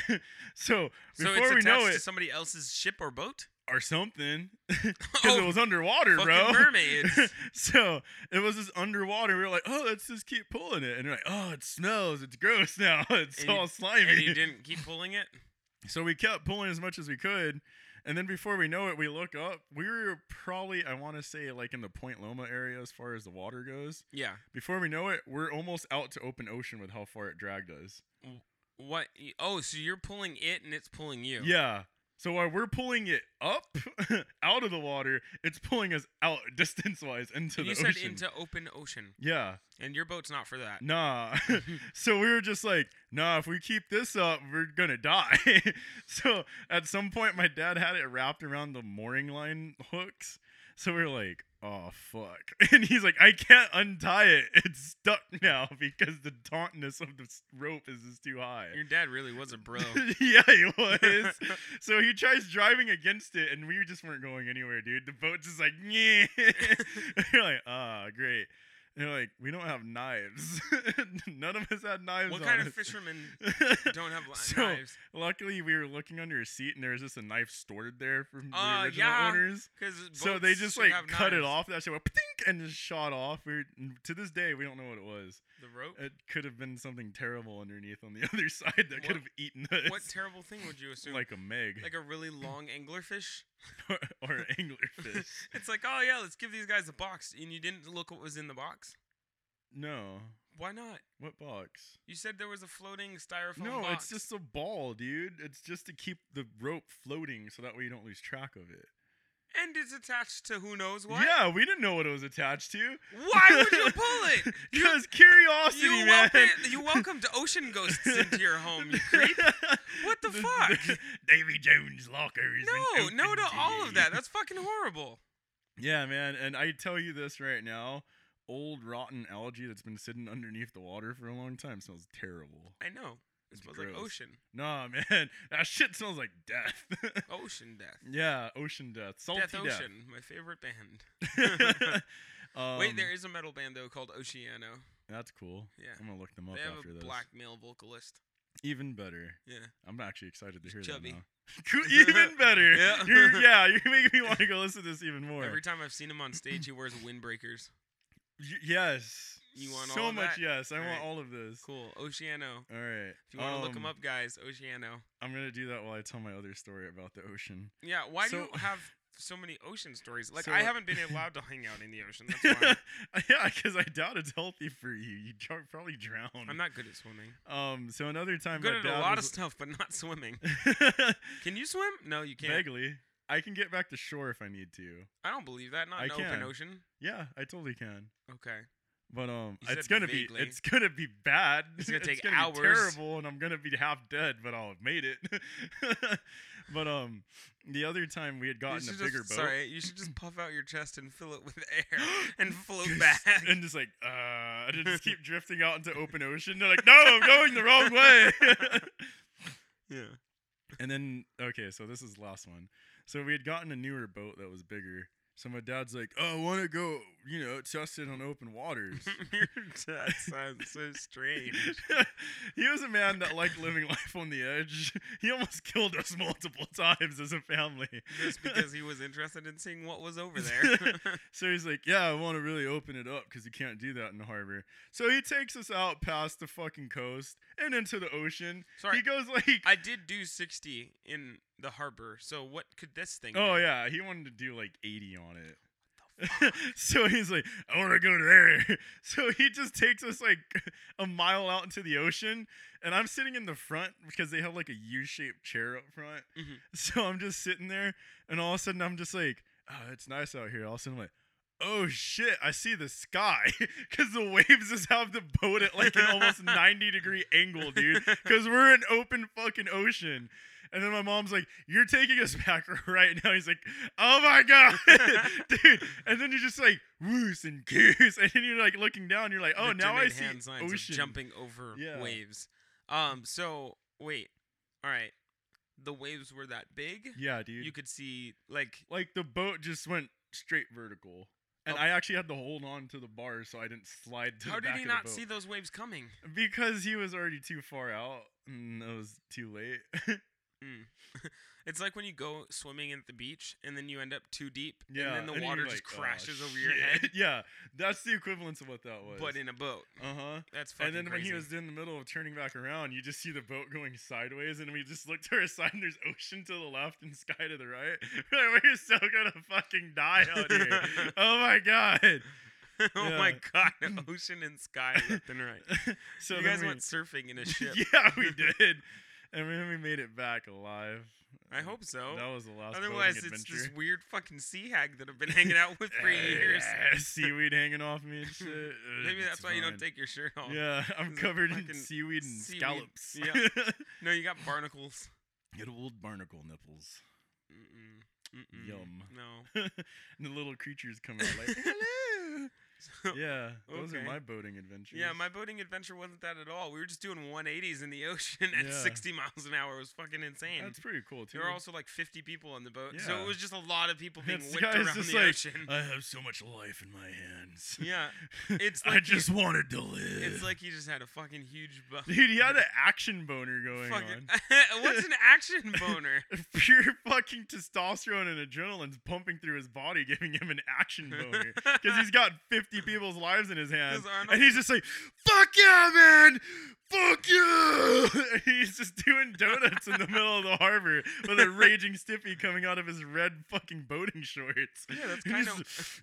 [SPEAKER 3] so
[SPEAKER 2] So
[SPEAKER 3] before
[SPEAKER 2] it's
[SPEAKER 3] we
[SPEAKER 2] attached
[SPEAKER 3] know
[SPEAKER 2] to
[SPEAKER 3] it,
[SPEAKER 2] somebody else's ship or boat?
[SPEAKER 3] or something, because
[SPEAKER 2] Oh,
[SPEAKER 3] it was underwater,
[SPEAKER 2] fucking
[SPEAKER 3] bro.
[SPEAKER 2] mermaids.
[SPEAKER 3] so it was just underwater. We were like, oh, let's just keep pulling it. And they're like, oh, it smells. It's gross now. It's
[SPEAKER 2] And you-
[SPEAKER 3] all slimy.
[SPEAKER 2] and you didn't keep pulling it?
[SPEAKER 3] So we kept pulling as much as we could. And then before we know it, we look up. We were probably, I want to say, like in the Point Loma area as far as the water goes.
[SPEAKER 2] Yeah.
[SPEAKER 3] Before we know it, we're almost out to open ocean with how far it dragged us.
[SPEAKER 2] What? y- Oh, so you're pulling it and it's pulling you.
[SPEAKER 3] Yeah. So while we're pulling it up out of the water, it's pulling us out distance wise into
[SPEAKER 2] And
[SPEAKER 3] the
[SPEAKER 2] you
[SPEAKER 3] ocean.
[SPEAKER 2] said into open ocean,
[SPEAKER 3] yeah.
[SPEAKER 2] and your boat's not for that.
[SPEAKER 3] nah. so we were just like, nah, if we keep this up, we're gonna die. so at some point, my dad had it wrapped around the mooring line hooks. So we were like, oh fuck, and he's like, I can't untie it. It's stuck now because the tautness of the s- rope is just too high.
[SPEAKER 2] Your dad really was a bro.
[SPEAKER 3] yeah, he was. so he tries driving against it, and we just weren't going anywhere, dude. The boat's just like, yeah. You're like, ah, great. And they're like, we don't have knives. None of us had knives.
[SPEAKER 2] what
[SPEAKER 3] on
[SPEAKER 2] kind of
[SPEAKER 3] us.
[SPEAKER 2] fishermen don't have li-
[SPEAKER 3] So,
[SPEAKER 2] knives?
[SPEAKER 3] Luckily, we were looking under a seat, and there was just a knife stored there from
[SPEAKER 2] Uh,
[SPEAKER 3] the original
[SPEAKER 2] yeah.
[SPEAKER 3] owners.
[SPEAKER 2] Because
[SPEAKER 3] So they just like cut it off. That shit went "Ptink," and just shot off. We are to this day we don't know what it was.
[SPEAKER 2] The rope.
[SPEAKER 3] It could have been something terrible underneath on the other side that
[SPEAKER 2] What-
[SPEAKER 3] could have eaten us.
[SPEAKER 2] what terrible thing would you assume? Like,
[SPEAKER 3] like a meg
[SPEAKER 2] a really long anglerfish.
[SPEAKER 3] or an anglerfish.
[SPEAKER 2] it's like, oh yeah, let's give these guys a box, and you didn't look what was in the box.
[SPEAKER 3] No,
[SPEAKER 2] Why not?
[SPEAKER 3] what box?
[SPEAKER 2] You said there was a floating styrofoam
[SPEAKER 3] no,
[SPEAKER 2] box.
[SPEAKER 3] it's just a ball, dude. It's just to keep the rope floating so that way you don't lose track of it.
[SPEAKER 2] and it's attached to who knows what.
[SPEAKER 3] Yeah, we didn't know what it was attached to.
[SPEAKER 2] Why would you pull it?
[SPEAKER 3] Because curiosity,
[SPEAKER 2] You,
[SPEAKER 3] man.
[SPEAKER 2] welcome, you welcomed ocean ghosts into your home, you creep. What the fuck?
[SPEAKER 3] Davy Jones locker is
[SPEAKER 2] No,
[SPEAKER 3] been
[SPEAKER 2] no
[SPEAKER 3] opened
[SPEAKER 2] to all of that.
[SPEAKER 3] today.
[SPEAKER 2] That's fucking horrible.
[SPEAKER 3] Yeah, man, and I tell you this right now, old rotten algae that's been sitting underneath the water for a long time smells terrible.
[SPEAKER 2] I know. It
[SPEAKER 3] It's
[SPEAKER 2] smells like
[SPEAKER 3] gross.
[SPEAKER 2] ocean.
[SPEAKER 3] Nah, man, that shit smells like death.
[SPEAKER 2] Ocean death.
[SPEAKER 3] yeah, ocean death, salty
[SPEAKER 2] Death
[SPEAKER 3] death.
[SPEAKER 2] Ocean, my favorite band. Wait,
[SPEAKER 3] Um,
[SPEAKER 2] there is a metal band though called Oceano.
[SPEAKER 3] That's cool.
[SPEAKER 2] Yeah.
[SPEAKER 3] I'm gonna look them up
[SPEAKER 2] They have
[SPEAKER 3] after
[SPEAKER 2] a
[SPEAKER 3] this.
[SPEAKER 2] black male vocalist.
[SPEAKER 3] Even better.
[SPEAKER 2] Yeah.
[SPEAKER 3] I'm actually excited to
[SPEAKER 2] He's
[SPEAKER 3] hear
[SPEAKER 2] chubby.
[SPEAKER 3] that now. Cool, even better.
[SPEAKER 2] Yeah.
[SPEAKER 3] You're, yeah, you're making me want to go listen to this even more.
[SPEAKER 2] Every time I've seen him on stage, he wears windbreakers.
[SPEAKER 3] Y- yes.
[SPEAKER 2] You want
[SPEAKER 3] so
[SPEAKER 2] all of
[SPEAKER 3] much?
[SPEAKER 2] that?
[SPEAKER 3] Yes, I
[SPEAKER 2] Alright.
[SPEAKER 3] want all of this.
[SPEAKER 2] Cool. Oceano.
[SPEAKER 3] All right.
[SPEAKER 2] If you want to look him
[SPEAKER 3] um,
[SPEAKER 2] up, guys, Oceano.
[SPEAKER 3] I'm gonna do that while I tell my other story about the ocean.
[SPEAKER 2] Yeah. Why do
[SPEAKER 3] so-
[SPEAKER 2] you have so many ocean stories? Like
[SPEAKER 3] So-
[SPEAKER 2] I haven't been allowed to hang out in the ocean. That's why.
[SPEAKER 3] yeah, because I doubt it's healthy for you. You dr- probably drown.
[SPEAKER 2] I'm not good at swimming.
[SPEAKER 3] um. So another time,
[SPEAKER 2] I'm good
[SPEAKER 3] my
[SPEAKER 2] at
[SPEAKER 3] dad
[SPEAKER 2] a lot of
[SPEAKER 3] was,
[SPEAKER 2] stuff, but not swimming.
[SPEAKER 3] stuff.
[SPEAKER 2] Can you swim? No, you can't.
[SPEAKER 3] Vaguely, I can get back to shore if I need to.
[SPEAKER 2] I don't believe that. Not
[SPEAKER 3] I
[SPEAKER 2] in open
[SPEAKER 3] can.
[SPEAKER 2] ocean.
[SPEAKER 3] Yeah, I totally can.
[SPEAKER 2] Okay.
[SPEAKER 3] But um,
[SPEAKER 2] You
[SPEAKER 3] it's
[SPEAKER 2] said
[SPEAKER 3] gonna
[SPEAKER 2] vaguely.
[SPEAKER 3] be it's gonna be bad.
[SPEAKER 2] It's gonna take
[SPEAKER 3] be
[SPEAKER 2] hours.
[SPEAKER 3] terrible, and I'm gonna be half dead, but I'll have made it. but um, the other time we had
[SPEAKER 2] You
[SPEAKER 3] gotten a
[SPEAKER 2] should
[SPEAKER 3] bigger
[SPEAKER 2] just,
[SPEAKER 3] boat.
[SPEAKER 2] Sorry, you should just puff out your chest and fill it with air and float
[SPEAKER 3] Just-
[SPEAKER 2] back.
[SPEAKER 3] and just like uh uh, to just keep drifting out into open ocean. They're like, no, I'm going the wrong way.
[SPEAKER 2] Yeah.
[SPEAKER 3] and then, okay, so this is the last one. So we had gotten a newer boat that was bigger. So my dad's like, oh, I want to go, you know, test it on open waters.
[SPEAKER 2] Your dad sounds so strange.
[SPEAKER 3] he was a man that liked living life on the edge. He almost killed us multiple times as a family.
[SPEAKER 2] Just because he was interested in seeing what was over there.
[SPEAKER 3] So he's like, "Yeah, I want to really open it up because you can't do that in the harbor." So he takes us out past the fucking coast and into the ocean.
[SPEAKER 2] Sorry.
[SPEAKER 3] He goes like,
[SPEAKER 2] I did do 60 in the harbor, so what could this thing
[SPEAKER 3] "Oh
[SPEAKER 2] do?
[SPEAKER 3] yeah, he wanted to do like 80 on it." so he's like, I want to go there. So he just takes us like a mile out into the ocean, and I'm sitting in the front because they have like a U-shaped chair up front.
[SPEAKER 2] Mhm.
[SPEAKER 3] So I'm just sitting there, and all of a sudden I'm just like, oh, it's nice out here. All of a sudden I'm like, oh shit, I see the sky because the waves just have the boat at like an almost 90 degree angle, dude, because we're in open fucking ocean. And then my mom's like, "You're taking us back right now." He's like, "Oh my god, dude!" And then you're just like, "Woos and goose," and then you're like looking down. You're like, "Oh,
[SPEAKER 2] The
[SPEAKER 3] now I
[SPEAKER 2] Jimmy
[SPEAKER 3] see
[SPEAKER 2] hand signs of
[SPEAKER 3] ocean."
[SPEAKER 2] jumping over
[SPEAKER 3] Yeah.
[SPEAKER 2] waves. Um. So wait. All right. The waves were that big.
[SPEAKER 3] Yeah, dude.
[SPEAKER 2] You could see like
[SPEAKER 3] like the boat just went straight vertical, and
[SPEAKER 2] Oh.
[SPEAKER 3] I actually had to hold on to the bar so I didn't slide to
[SPEAKER 2] how
[SPEAKER 3] the
[SPEAKER 2] did
[SPEAKER 3] back
[SPEAKER 2] he
[SPEAKER 3] of
[SPEAKER 2] not
[SPEAKER 3] the boat.
[SPEAKER 2] see those waves coming?
[SPEAKER 3] because he was already too far out, and it was too late.
[SPEAKER 2] It's like when you go swimming at the beach and then you end up too deep
[SPEAKER 3] yeah,
[SPEAKER 2] and then the
[SPEAKER 3] you're
[SPEAKER 2] water just
[SPEAKER 3] like, "Oh,
[SPEAKER 2] crashes over your
[SPEAKER 3] shit."
[SPEAKER 2] head,
[SPEAKER 3] yeah, that's the equivalence of what that was.
[SPEAKER 2] but in a boat.
[SPEAKER 3] uh huh.
[SPEAKER 2] That's fucking
[SPEAKER 3] And then when
[SPEAKER 2] crazy.
[SPEAKER 3] he was in the middle of turning back around, you just see the boat going sideways, and we just look to our side, and there's ocean to the left and sky to the right. We're like, we're so gonna fucking die out here. oh my god!
[SPEAKER 2] oh my
[SPEAKER 3] Yeah.
[SPEAKER 2] god, ocean and sky left and right.
[SPEAKER 3] So
[SPEAKER 2] you
[SPEAKER 3] then
[SPEAKER 2] guys
[SPEAKER 3] we-
[SPEAKER 2] went surfing in a ship.
[SPEAKER 3] yeah, we did, and then we made it back alive.
[SPEAKER 2] I hope so.
[SPEAKER 3] That was the last.
[SPEAKER 2] Oh.
[SPEAKER 3] boating
[SPEAKER 2] Otherwise, it's
[SPEAKER 3] adventure.
[SPEAKER 2] this weird fucking sea hag that I've been hanging out with for years.
[SPEAKER 3] Yeah, seaweed hanging off me and shit.
[SPEAKER 2] Maybe that's why you don't
[SPEAKER 3] It's
[SPEAKER 2] take your shirt off.
[SPEAKER 3] fine. Yeah, I'm
[SPEAKER 2] It's a
[SPEAKER 3] covered in
[SPEAKER 2] fucking
[SPEAKER 3] seaweed and
[SPEAKER 2] seaweed.
[SPEAKER 3] scallops.
[SPEAKER 2] Yeah. No, you got barnacles.
[SPEAKER 3] Good old barnacle nipples.
[SPEAKER 2] Mm-mm. Mm-mm.
[SPEAKER 3] Yum.
[SPEAKER 2] No.
[SPEAKER 3] and the little creatures come out like, hello.
[SPEAKER 2] So-
[SPEAKER 3] Yeah, those are
[SPEAKER 2] Oh, Okay.
[SPEAKER 3] my boating adventures.
[SPEAKER 2] Yeah, my boating adventure wasn't that at all. We were just doing 180s in the ocean at
[SPEAKER 3] Yeah.
[SPEAKER 2] 60 miles an hour. It was fucking insane.
[SPEAKER 3] That's pretty cool too.
[SPEAKER 2] there were also like 50 people on the boat, so
[SPEAKER 3] Yeah.
[SPEAKER 2] it was just a lot of people being
[SPEAKER 3] It's-
[SPEAKER 2] whipped
[SPEAKER 3] yeah, it's
[SPEAKER 2] around
[SPEAKER 3] just
[SPEAKER 2] the
[SPEAKER 3] like, uh,
[SPEAKER 2] ocean.
[SPEAKER 3] I have so much life in my hands.
[SPEAKER 2] yeah, it's
[SPEAKER 3] I
[SPEAKER 2] like you-
[SPEAKER 3] just wanted to live.
[SPEAKER 2] it's like he just had a fucking huge bu-
[SPEAKER 3] dude, he had an action boner going
[SPEAKER 2] fucking.
[SPEAKER 3] on.
[SPEAKER 2] What's an action boner?
[SPEAKER 3] Pure fucking testosterone and adrenaline's pumping through his body, giving him an action boner. Because he's got 50 people's lives in his hands.
[SPEAKER 2] 'Cause Arnold-
[SPEAKER 3] And he's just like, fuck yeah, man! Fuck you! And he's just doing donuts in the middle of the harbor with a raging stiffy coming out of his red fucking boating shorts.
[SPEAKER 2] Yeah, that's
[SPEAKER 3] And
[SPEAKER 2] kind
[SPEAKER 3] he's
[SPEAKER 2] of-
[SPEAKER 3] just,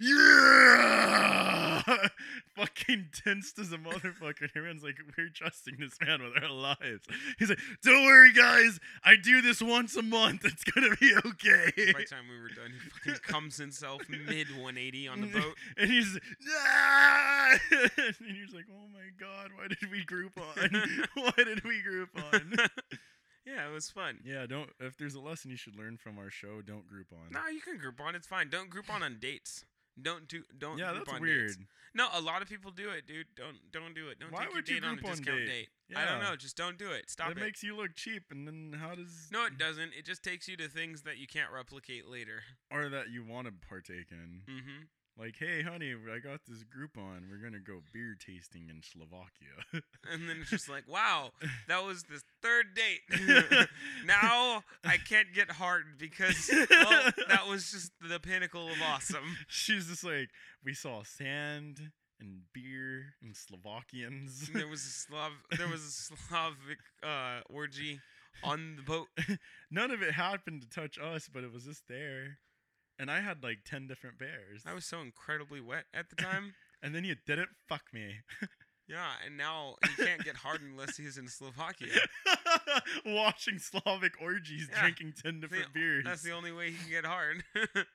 [SPEAKER 3] Yeah! fucking tensed as a motherfucker. And everyone's like, we're trusting this man with our lives. He's like, don't worry, guys. I do this once a month. It's gonna be okay.
[SPEAKER 2] By the time we were done, he fucking comes himself mid 180 on the boat.
[SPEAKER 3] And he's ah! and he's like, "Oh my god, why did we group on? why did we group on?"
[SPEAKER 2] yeah, it was fun.
[SPEAKER 3] yeah, don't. If there's a lesson you should learn from our show, don't group on.
[SPEAKER 2] No, you can group on. It's fine. Don't group on on dates. Don't do. Don't.
[SPEAKER 3] yeah,
[SPEAKER 2] group
[SPEAKER 3] that's
[SPEAKER 2] on
[SPEAKER 3] weird.
[SPEAKER 2] Dates. No, a lot of people do it, dude. Don't don't do it. Don't
[SPEAKER 3] Why
[SPEAKER 2] take
[SPEAKER 3] would
[SPEAKER 2] your
[SPEAKER 3] you
[SPEAKER 2] date on a
[SPEAKER 3] group on
[SPEAKER 2] discount
[SPEAKER 3] date?
[SPEAKER 2] date. I don't
[SPEAKER 3] Yeah.
[SPEAKER 2] know. Just don't do it. Stop
[SPEAKER 3] That
[SPEAKER 2] it.
[SPEAKER 3] makes you look cheap, and then how does
[SPEAKER 2] no, it doesn't. It just takes you to things that you can't replicate later.
[SPEAKER 3] or that you want to partake in?
[SPEAKER 2] Mm-hmm.
[SPEAKER 3] Like, hey, honey, I got this group on. We're gonna go beer tasting in Slovakia.
[SPEAKER 2] And then it's just like, wow, that was the third date. now I can't get hard because well, that was just the pinnacle of awesome.
[SPEAKER 3] She's just like, we saw sand and beer and Slovakians.
[SPEAKER 2] There was a Slav, there was a Slavic uh, orgy on the boat.
[SPEAKER 3] None of it happened to touch us, but it was just there. And I had like 10 different bears.
[SPEAKER 2] I was so incredibly wet at the time.
[SPEAKER 3] and then you didn't fuck me.
[SPEAKER 2] Yeah, and now he can't get hard unless he's in Slovakia.
[SPEAKER 3] Watching Slavic orgies
[SPEAKER 2] Yeah. oh,
[SPEAKER 3] drinking 10 different beers.
[SPEAKER 2] That's the only way he can get hard.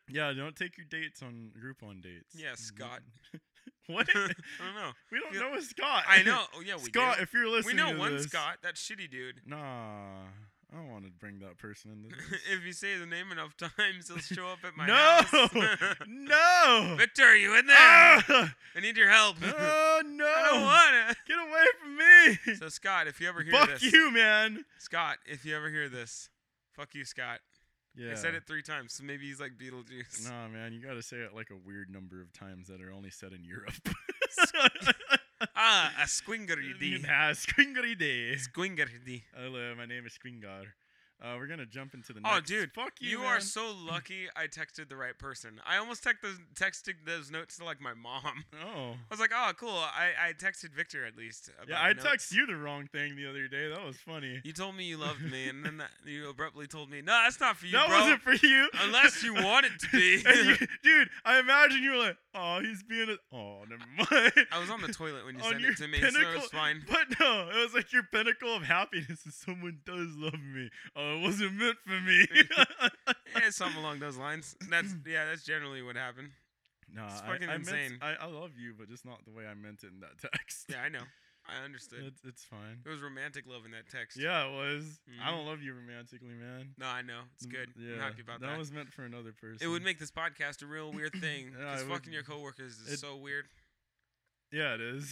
[SPEAKER 3] yeah, don't take your dates on Groupon dates.
[SPEAKER 2] Yeah,
[SPEAKER 3] Mm,
[SPEAKER 2] Scott.
[SPEAKER 3] what?
[SPEAKER 2] I don't know.
[SPEAKER 3] we don't
[SPEAKER 2] Yeah.
[SPEAKER 3] know a Scott.
[SPEAKER 2] I know. Oh, yeah, we
[SPEAKER 3] Scott,
[SPEAKER 2] do.
[SPEAKER 3] if you're
[SPEAKER 2] we
[SPEAKER 3] listening
[SPEAKER 2] know
[SPEAKER 3] to
[SPEAKER 2] one
[SPEAKER 3] this-
[SPEAKER 2] Scott, that shitty dude.
[SPEAKER 3] Nah, I don't want to bring that person into this.
[SPEAKER 2] if you say the name enough times, he'll show up at my
[SPEAKER 3] no!
[SPEAKER 2] house.
[SPEAKER 3] no!
[SPEAKER 2] Victor, are you in there?
[SPEAKER 3] Ah!
[SPEAKER 2] I need your help.
[SPEAKER 3] Oh, no!
[SPEAKER 2] I don't
[SPEAKER 3] home.
[SPEAKER 2] want
[SPEAKER 3] Get away from me.
[SPEAKER 2] it. So Scott, if you ever hear
[SPEAKER 3] Fuck
[SPEAKER 2] this,
[SPEAKER 3] you, man.
[SPEAKER 2] Scott, if you ever hear this, fuck you, Scott.
[SPEAKER 3] Yeah.
[SPEAKER 2] I said it three times, so maybe he's like Beetlejuice.
[SPEAKER 3] Nah, man, you gotta say it like a weird number of times that are only said in Europe.
[SPEAKER 2] Ah, a squingerdy.
[SPEAKER 3] Nah, Skringaride.
[SPEAKER 2] Squingerdy.
[SPEAKER 3] Hello, my name is Skringar. Uh, we're gonna jump into the next.
[SPEAKER 2] Oh, dude,
[SPEAKER 3] fuck you!
[SPEAKER 2] You are
[SPEAKER 3] man.
[SPEAKER 2] so lucky I texted the right person. I almost text those, texted those notes to like my mom.
[SPEAKER 3] Oh.
[SPEAKER 2] I was like, oh, cool. I, I texted Victor at least. About
[SPEAKER 3] Yeah, I
[SPEAKER 2] the notes.
[SPEAKER 3] texted you the wrong thing the other day. That was funny.
[SPEAKER 2] You told me you loved me, and then that, you abruptly told me, no, that's not for you,
[SPEAKER 3] that
[SPEAKER 2] bro.
[SPEAKER 3] wasn't for you.
[SPEAKER 2] Unless you want it to be.
[SPEAKER 3] And you- dude, I imagine you were like, "Oh, he's being a oh, never mind."
[SPEAKER 2] I was on the toilet when you
[SPEAKER 3] On
[SPEAKER 2] sent
[SPEAKER 3] your
[SPEAKER 2] it to me, so
[SPEAKER 3] pinnacle-
[SPEAKER 2] it's fine.
[SPEAKER 3] But no, it was like your pinnacle of happiness is someone does love me. Oh, it wasn't meant for me.
[SPEAKER 2] Yeah, something along those lines. That's yeah, that's generally what happened.
[SPEAKER 3] no,
[SPEAKER 2] It's
[SPEAKER 3] I-
[SPEAKER 2] fucking
[SPEAKER 3] I,
[SPEAKER 2] insane.
[SPEAKER 3] Meant, I, I love you, but just not the way I meant it in that text.
[SPEAKER 2] Yeah, I know. I understood.
[SPEAKER 3] it's, it's fine.
[SPEAKER 2] It was romantic love in that text.
[SPEAKER 3] Yeah, it was. I
[SPEAKER 2] Mhm.
[SPEAKER 3] don't love you romantically, man.
[SPEAKER 2] No, I know. It's good.
[SPEAKER 3] Mm, Yeah,
[SPEAKER 2] I'm happy about that.
[SPEAKER 3] That was meant for another person.
[SPEAKER 2] it would make this podcast a real weird thing.
[SPEAKER 3] Yeah,
[SPEAKER 2] Because
[SPEAKER 3] it would-
[SPEAKER 2] fucking your coworkers is
[SPEAKER 3] it-
[SPEAKER 2] so weird.
[SPEAKER 3] Yeah, it is.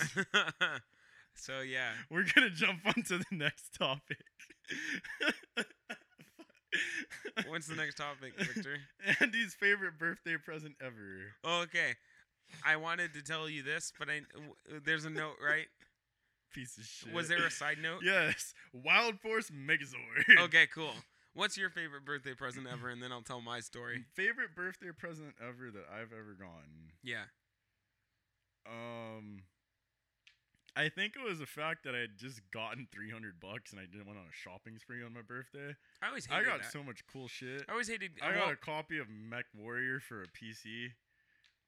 [SPEAKER 2] so yeah.
[SPEAKER 3] We're gonna jump onto the next topic.
[SPEAKER 2] What's the next topic, Victor?
[SPEAKER 3] Andy's favorite birthday present ever.
[SPEAKER 2] Okay. I wanted to tell you this, but I w- there's a note, right?
[SPEAKER 3] Piece of shit.
[SPEAKER 2] Was there a side note?
[SPEAKER 3] Yes, Wild Force Megazord.
[SPEAKER 2] Okay, cool. What's your favorite birthday present ever? And then I'll tell my story.
[SPEAKER 3] Favorite birthday present ever that I've ever gotten.
[SPEAKER 2] Yeah.
[SPEAKER 3] Um, I think it was the fact that I had just gotten 300 bucks and I didn't went on a shopping spree on my birthday.
[SPEAKER 2] I always
[SPEAKER 3] I
[SPEAKER 2] hated
[SPEAKER 3] got
[SPEAKER 2] that.
[SPEAKER 3] so much cool shit.
[SPEAKER 2] I always hated.
[SPEAKER 3] I
[SPEAKER 2] well,
[SPEAKER 3] got a copy of Mech Warrior for a PC.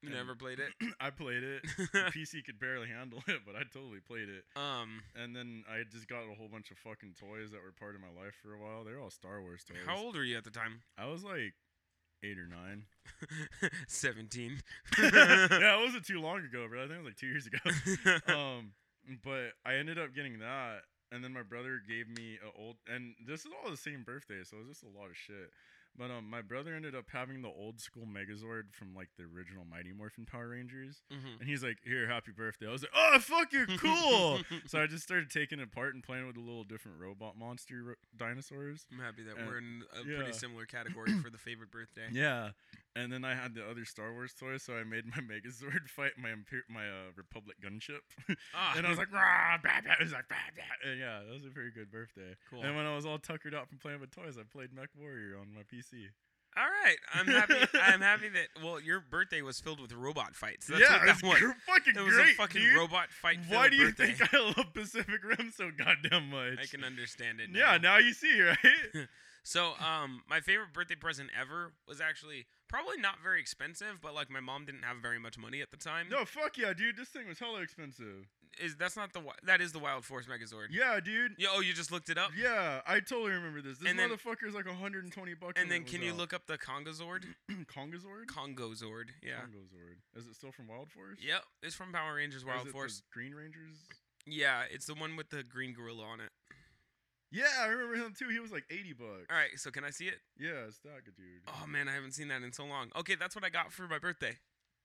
[SPEAKER 2] you never played it.
[SPEAKER 3] I played it. The PC could barely handle it, but I totally played it.
[SPEAKER 2] um,
[SPEAKER 3] And then I just got a whole bunch of fucking toys that were part of my life for a while. They're all Star Wars toys.
[SPEAKER 2] how old were you at the time?
[SPEAKER 3] I was like eight or nine.
[SPEAKER 2] Seventeen. Mm-hmm.
[SPEAKER 3] yeah, it wasn't too long ago, bro. I think it was like two years ago. um, but I ended up getting that, and then my brother gave me a old. And this is all the same birthday, so it was just a lot of shit. But um, my brother ended up having the old school Megazord from like the original Mighty Morphin Power Rangers.
[SPEAKER 2] Mhm.
[SPEAKER 3] And he's like, "Here, happy birthday." I was like, "Oh, fuck, you're cool." so I just started taking it apart and playing with the little different robot monster ro- dinosaurs.
[SPEAKER 2] I'm happy that
[SPEAKER 3] And-
[SPEAKER 2] we're in a
[SPEAKER 3] Uh, yeah.
[SPEAKER 2] pretty similar category for the favorite birthday.
[SPEAKER 3] Yeah, and then I had the other Star Wars toy, so I made my Megazord fight my Imper- my uh, Republic gunship,
[SPEAKER 2] Ah,
[SPEAKER 3] and uh, I was like, "Rah, bah, bah." It was like, bah, bah. And yeah, that was a very good birthday.
[SPEAKER 2] cool.
[SPEAKER 3] And when I was all tuckered out from playing with toys, I played Mech Warrior on my PC.
[SPEAKER 2] All right, I'm happy. I'm happy that well, your birthday was filled with robot fights. That's
[SPEAKER 3] yeah,
[SPEAKER 2] what that
[SPEAKER 3] it was
[SPEAKER 2] was.
[SPEAKER 3] gr- fucking
[SPEAKER 2] It was
[SPEAKER 3] great,
[SPEAKER 2] a fucking
[SPEAKER 3] dude.
[SPEAKER 2] robot fight.
[SPEAKER 3] Why
[SPEAKER 2] filled
[SPEAKER 3] do you
[SPEAKER 2] birthday.
[SPEAKER 3] think I love Pacific Rim so goddamn much?
[SPEAKER 2] I can understand it.
[SPEAKER 3] yeah,
[SPEAKER 2] now.
[SPEAKER 3] now you see, right?
[SPEAKER 2] So, um, my favorite birthday present ever was actually probably not very expensive, but like my mom didn't have very much money at the time.
[SPEAKER 3] No, fuck yeah, dude. This thing was hella expensive.
[SPEAKER 2] is that's not the wi- that is the Wild Force Megazord.
[SPEAKER 3] Yeah, dude.
[SPEAKER 2] Yeah, oh, you just looked it up.
[SPEAKER 3] Yeah, I totally remember this. This
[SPEAKER 2] And then-
[SPEAKER 3] motherfucker's like 120 bucks.
[SPEAKER 2] And then can you look up the Congozord?
[SPEAKER 3] Mm-hmm. Congozord?
[SPEAKER 2] Congozord. Yeah.
[SPEAKER 3] Congozord. Is it still from Wild Force?
[SPEAKER 2] Yep. It's from Power Rangers
[SPEAKER 3] Or is
[SPEAKER 2] Wild
[SPEAKER 3] it the
[SPEAKER 2] Force.
[SPEAKER 3] Green Rangers?
[SPEAKER 2] Yeah, it's the one with the green gorilla on it.
[SPEAKER 3] Yeah, I remember him too. He was like 80 bucks.
[SPEAKER 2] All right, so can I see it?
[SPEAKER 3] Yeah, it's that good, dude.
[SPEAKER 2] Oh man, I haven't seen that in so long. Okay, that's what I got for my birthday.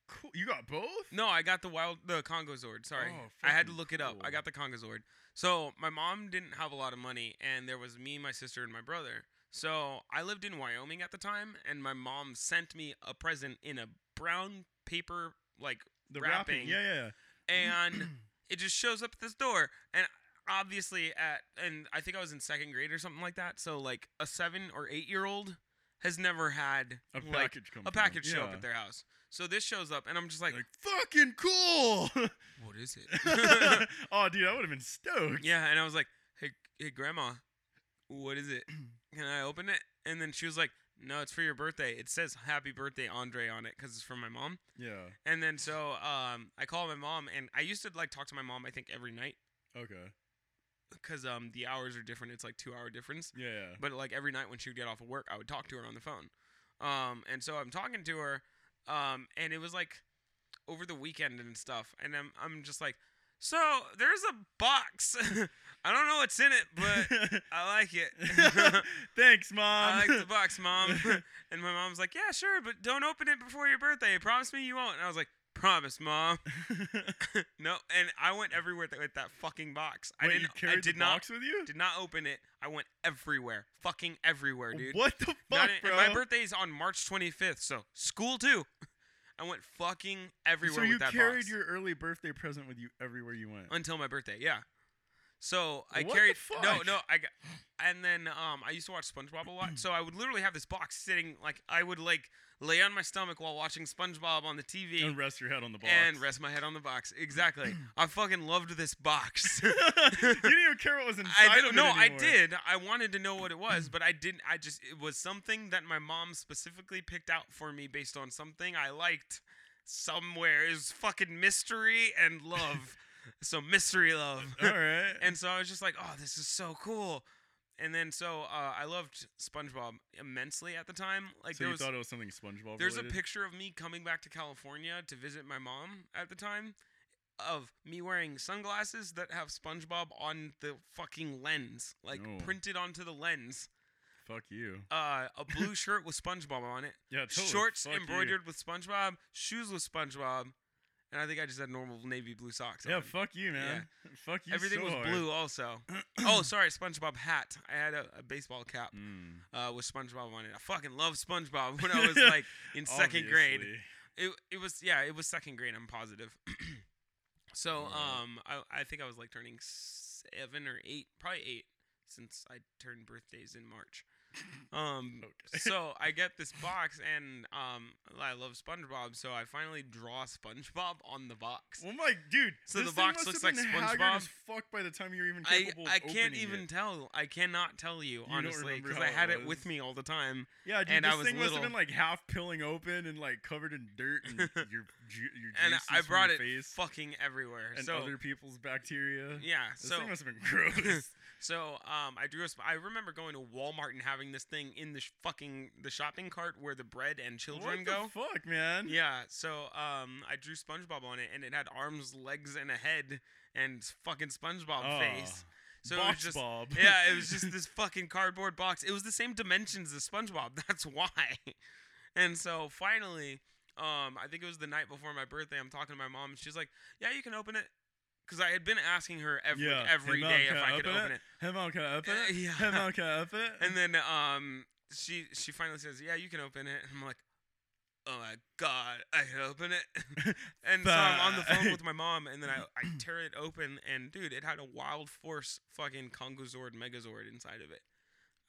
[SPEAKER 3] cool. You got both?
[SPEAKER 2] No, I got the wild the Congozord. Sorry,
[SPEAKER 3] Oh,
[SPEAKER 2] I had to
[SPEAKER 3] fucking
[SPEAKER 2] look it up. I
[SPEAKER 3] cool.
[SPEAKER 2] got the Congozord. So my mom didn't have a lot of money, and there was me, my sister, and my brother. So I lived in Wyoming at the time, and my mom sent me a present in a brown paper like
[SPEAKER 3] The
[SPEAKER 2] Wrapping.
[SPEAKER 3] Yeah, yeah.
[SPEAKER 2] and it just shows up at this door and obviously at and i think i was in second grade or something like that so like a seven or eight year old has never had
[SPEAKER 3] A
[SPEAKER 2] like
[SPEAKER 3] package comes
[SPEAKER 2] a
[SPEAKER 3] in.
[SPEAKER 2] package show up
[SPEAKER 3] Yeah.
[SPEAKER 2] at their house so this shows up and i'm just like,
[SPEAKER 3] Like, fucking cool.
[SPEAKER 2] what is it
[SPEAKER 3] oh, dude, I would have been stoked.
[SPEAKER 2] yeah and i was like hey, hey grandma what is it can i open it and then she was like no it's for your birthday it says happy birthday andre on it because it's from my mom
[SPEAKER 3] Yeah.
[SPEAKER 2] and then so um, i call my mom and i used to like talk to my mom i think every night
[SPEAKER 3] Okay.
[SPEAKER 2] because um the hours are different. It's like two hour difference.
[SPEAKER 3] Yeah, yeah.
[SPEAKER 2] But like every night when she would get off of work, I would talk to her on the phone. Um, and so I'm talking to her, um, and it was like over the weekend and stuff. And I'm I'm just like, so there's a box. I don't know what's in it, but I like it.
[SPEAKER 3] Thanks, mom.
[SPEAKER 2] I like the box, mom. and my mom's like, yeah, sure, but don't open it before your birthday. Promise me you won't. And I was like, Promise, mom. no, and I went everywhere th- with that fucking box. I
[SPEAKER 3] Wait,
[SPEAKER 2] didn't.
[SPEAKER 3] you carried
[SPEAKER 2] I did
[SPEAKER 3] the
[SPEAKER 2] not.
[SPEAKER 3] box with you?
[SPEAKER 2] Did not open it. I went everywhere. Fucking everywhere, dude.
[SPEAKER 3] What the fuck,
[SPEAKER 2] Not in-
[SPEAKER 3] bro?
[SPEAKER 2] and my birthday's on March 25th, so school too. I went fucking everywhere
[SPEAKER 3] so you
[SPEAKER 2] with that
[SPEAKER 3] carried
[SPEAKER 2] box
[SPEAKER 3] your early birthday present with you everywhere you went.
[SPEAKER 2] until my birthday. Yeah. So I
[SPEAKER 3] What the
[SPEAKER 2] carried no
[SPEAKER 3] fuck?
[SPEAKER 2] no I got, and then um I used to watch SpongeBob a lot so I would literally have this box sitting like I would like lay on my stomach while watching SpongeBob on the TV
[SPEAKER 3] and rest your head on the box.
[SPEAKER 2] and rest my head on the box exactly I fucking loved this box
[SPEAKER 3] you didn't even care what was inside
[SPEAKER 2] I
[SPEAKER 3] of
[SPEAKER 2] did,
[SPEAKER 3] it
[SPEAKER 2] no I
[SPEAKER 3] anymore.
[SPEAKER 2] did I wanted to know what it was but I didn't I just it was something that my mom specifically picked out for me based on something I liked somewhere it was fucking mystery and love so mystery love
[SPEAKER 3] All right.
[SPEAKER 2] and so I was just like, "Oh, this is so cool." And then so uh, I loved SpongeBob immensely at the time. Like
[SPEAKER 3] so
[SPEAKER 2] there
[SPEAKER 3] you
[SPEAKER 2] was
[SPEAKER 3] thought it was something SpongeBob
[SPEAKER 2] there's a
[SPEAKER 3] related?
[SPEAKER 2] picture of me coming back to California to visit my mom at the time of me wearing sunglasses that have SpongeBob on the fucking lens, like
[SPEAKER 3] No.
[SPEAKER 2] printed onto the lens.
[SPEAKER 3] Fuck you.
[SPEAKER 2] Uh, a blue shirt with SpongeBob on it,
[SPEAKER 3] Yeah, totally.
[SPEAKER 2] shorts
[SPEAKER 3] fuck you.
[SPEAKER 2] embroidered with SpongeBob, shoes with SpongeBob, and I think I just had normal navy blue socks.
[SPEAKER 3] Yeah,
[SPEAKER 2] on.
[SPEAKER 3] fuck you, man. Fuck you.
[SPEAKER 2] Everything
[SPEAKER 3] so
[SPEAKER 2] was
[SPEAKER 3] hard.
[SPEAKER 2] blue also. oh, sorry, SpongeBob hat. I had a, a baseball cap
[SPEAKER 3] Mm.
[SPEAKER 2] uh, with SpongeBob on it. I fucking loved SpongeBob when I was like in second grade.
[SPEAKER 3] Obviously.
[SPEAKER 2] It, it was yeah, it was second grade. I'm positive. so
[SPEAKER 3] Alright.
[SPEAKER 2] um, I I think I was like turning seven or eight, probably eight, since I turned birthdays in March. Um,
[SPEAKER 3] Okay.
[SPEAKER 2] so I get this box and um, I love SpongeBob, so I finally draw SpongeBob on the box.
[SPEAKER 3] Well, my dude.
[SPEAKER 2] So
[SPEAKER 3] this
[SPEAKER 2] the
[SPEAKER 3] thing
[SPEAKER 2] box
[SPEAKER 3] must
[SPEAKER 2] looks like
[SPEAKER 3] have been haggard
[SPEAKER 2] SpongeBob.
[SPEAKER 3] As fuck by the time you're even
[SPEAKER 2] I,
[SPEAKER 3] capable.
[SPEAKER 2] I
[SPEAKER 3] of
[SPEAKER 2] can't
[SPEAKER 3] opening
[SPEAKER 2] even
[SPEAKER 3] it.
[SPEAKER 2] tell. I cannot tell you,
[SPEAKER 3] don't
[SPEAKER 2] honestly,
[SPEAKER 3] remember
[SPEAKER 2] because
[SPEAKER 3] how
[SPEAKER 2] I
[SPEAKER 3] it
[SPEAKER 2] had it with
[SPEAKER 3] was.
[SPEAKER 2] me all the time.
[SPEAKER 3] Yeah, dude,
[SPEAKER 2] and I
[SPEAKER 3] this
[SPEAKER 2] was
[SPEAKER 3] thing must have been
[SPEAKER 2] little.
[SPEAKER 3] like half pilling open and like covered in dirt and your ju- your
[SPEAKER 2] And
[SPEAKER 3] juices
[SPEAKER 2] I
[SPEAKER 3] from
[SPEAKER 2] brought
[SPEAKER 3] your
[SPEAKER 2] it
[SPEAKER 3] face
[SPEAKER 2] fucking everywhere.
[SPEAKER 3] and
[SPEAKER 2] so
[SPEAKER 3] other people's bacteria.
[SPEAKER 2] yeah,
[SPEAKER 3] This
[SPEAKER 2] so
[SPEAKER 3] thing must have been gross.
[SPEAKER 2] so um, I drew. A sp- I remember going to Walmart and having this thing in the sh- fucking the shopping cart where the bread and children
[SPEAKER 3] what
[SPEAKER 2] go.
[SPEAKER 3] the fuck, man?
[SPEAKER 2] yeah, so um, I drew SpongeBob on it, and it had arms, legs, and a head, and s- fucking SpongeBob
[SPEAKER 3] Oh,
[SPEAKER 2] face. So it
[SPEAKER 3] box
[SPEAKER 2] was just
[SPEAKER 3] Bob.
[SPEAKER 2] yeah, it was just this fucking cardboard box. It was the same dimensions as SpongeBob. That's why. And so finally, um, I think it was the night before my birthday. I'm talking to my mom, and she's like, "Yeah, you can open it," because I had been asking her every
[SPEAKER 3] Yeah,
[SPEAKER 2] every
[SPEAKER 3] hey, Mom,
[SPEAKER 2] day
[SPEAKER 3] can
[SPEAKER 2] if
[SPEAKER 3] I
[SPEAKER 2] I could
[SPEAKER 3] open
[SPEAKER 2] open it.
[SPEAKER 3] Hey, mom, can I open
[SPEAKER 2] Uh,
[SPEAKER 3] it?
[SPEAKER 2] yeah.
[SPEAKER 3] Hey, mom, can I open it?
[SPEAKER 2] And then um, she she finally says, "Yeah, you can open it." And I'm like, "Oh my god, I can open it!" and so I'm on the phone with my mom, and then I, I tear it open, and dude, it had a Wild Force fucking Kongozord Megazord inside of it.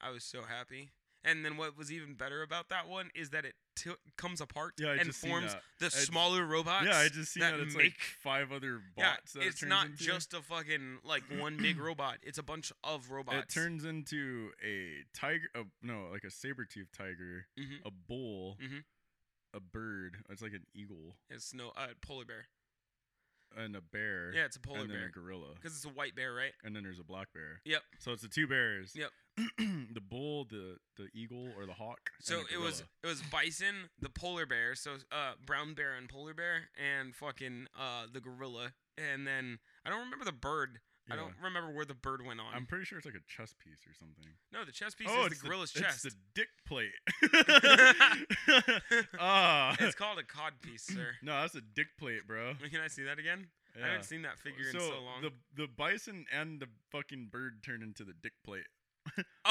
[SPEAKER 2] I was so happy. And then what was even better about that one is that it t- comes apart
[SPEAKER 3] yeah, I
[SPEAKER 2] and
[SPEAKER 3] just
[SPEAKER 2] forms
[SPEAKER 3] seen that.
[SPEAKER 2] the
[SPEAKER 3] just-
[SPEAKER 2] smaller robots.
[SPEAKER 3] Yeah, I just seen
[SPEAKER 2] that
[SPEAKER 3] that, it's like
[SPEAKER 2] make-
[SPEAKER 3] five other
[SPEAKER 2] Yeah,
[SPEAKER 3] bots. that it
[SPEAKER 2] it's
[SPEAKER 3] turns
[SPEAKER 2] not
[SPEAKER 3] into.
[SPEAKER 2] just a fucking like one big robot. It's a bunch of robots.
[SPEAKER 3] It turns into a tiger. A, no, like a saber-toothed tiger,
[SPEAKER 2] Mhm.
[SPEAKER 3] a bull,
[SPEAKER 2] Mhm.
[SPEAKER 3] a bird. It's like an eagle
[SPEAKER 2] It's no uh, polar bear.
[SPEAKER 3] and a bear.
[SPEAKER 2] Yeah, it's a polar
[SPEAKER 3] and then
[SPEAKER 2] bear.
[SPEAKER 3] a gorilla,
[SPEAKER 2] Because it's a white bear, right?
[SPEAKER 3] and then there's a black bear.
[SPEAKER 2] Yep.
[SPEAKER 3] So it's the two bears.
[SPEAKER 2] Yep.
[SPEAKER 3] the bull, the the eagle, or the hawk. and
[SPEAKER 2] So
[SPEAKER 3] the
[SPEAKER 2] it was
[SPEAKER 3] gorilla.
[SPEAKER 2] it was bison, the polar bear, so uh brown bear and polar bear, and fucking uh the gorilla, and then I don't remember the bird. I
[SPEAKER 3] Yeah.
[SPEAKER 2] don't remember where the bird went on.
[SPEAKER 3] I'm pretty sure it's like a chess piece or something.
[SPEAKER 2] no, the chest piece
[SPEAKER 3] oh,
[SPEAKER 2] is
[SPEAKER 3] it's
[SPEAKER 2] the gorilla's
[SPEAKER 3] the,
[SPEAKER 2] chest.
[SPEAKER 3] It's the dick plate. Ah.
[SPEAKER 2] It's called a cod piece, sir.
[SPEAKER 3] no, that's a dick plate, bro.
[SPEAKER 2] Can I see that again? I
[SPEAKER 3] Yeah.
[SPEAKER 2] haven't seen that figure in so long.
[SPEAKER 3] the the bison and the fucking bird turned into the dick plate.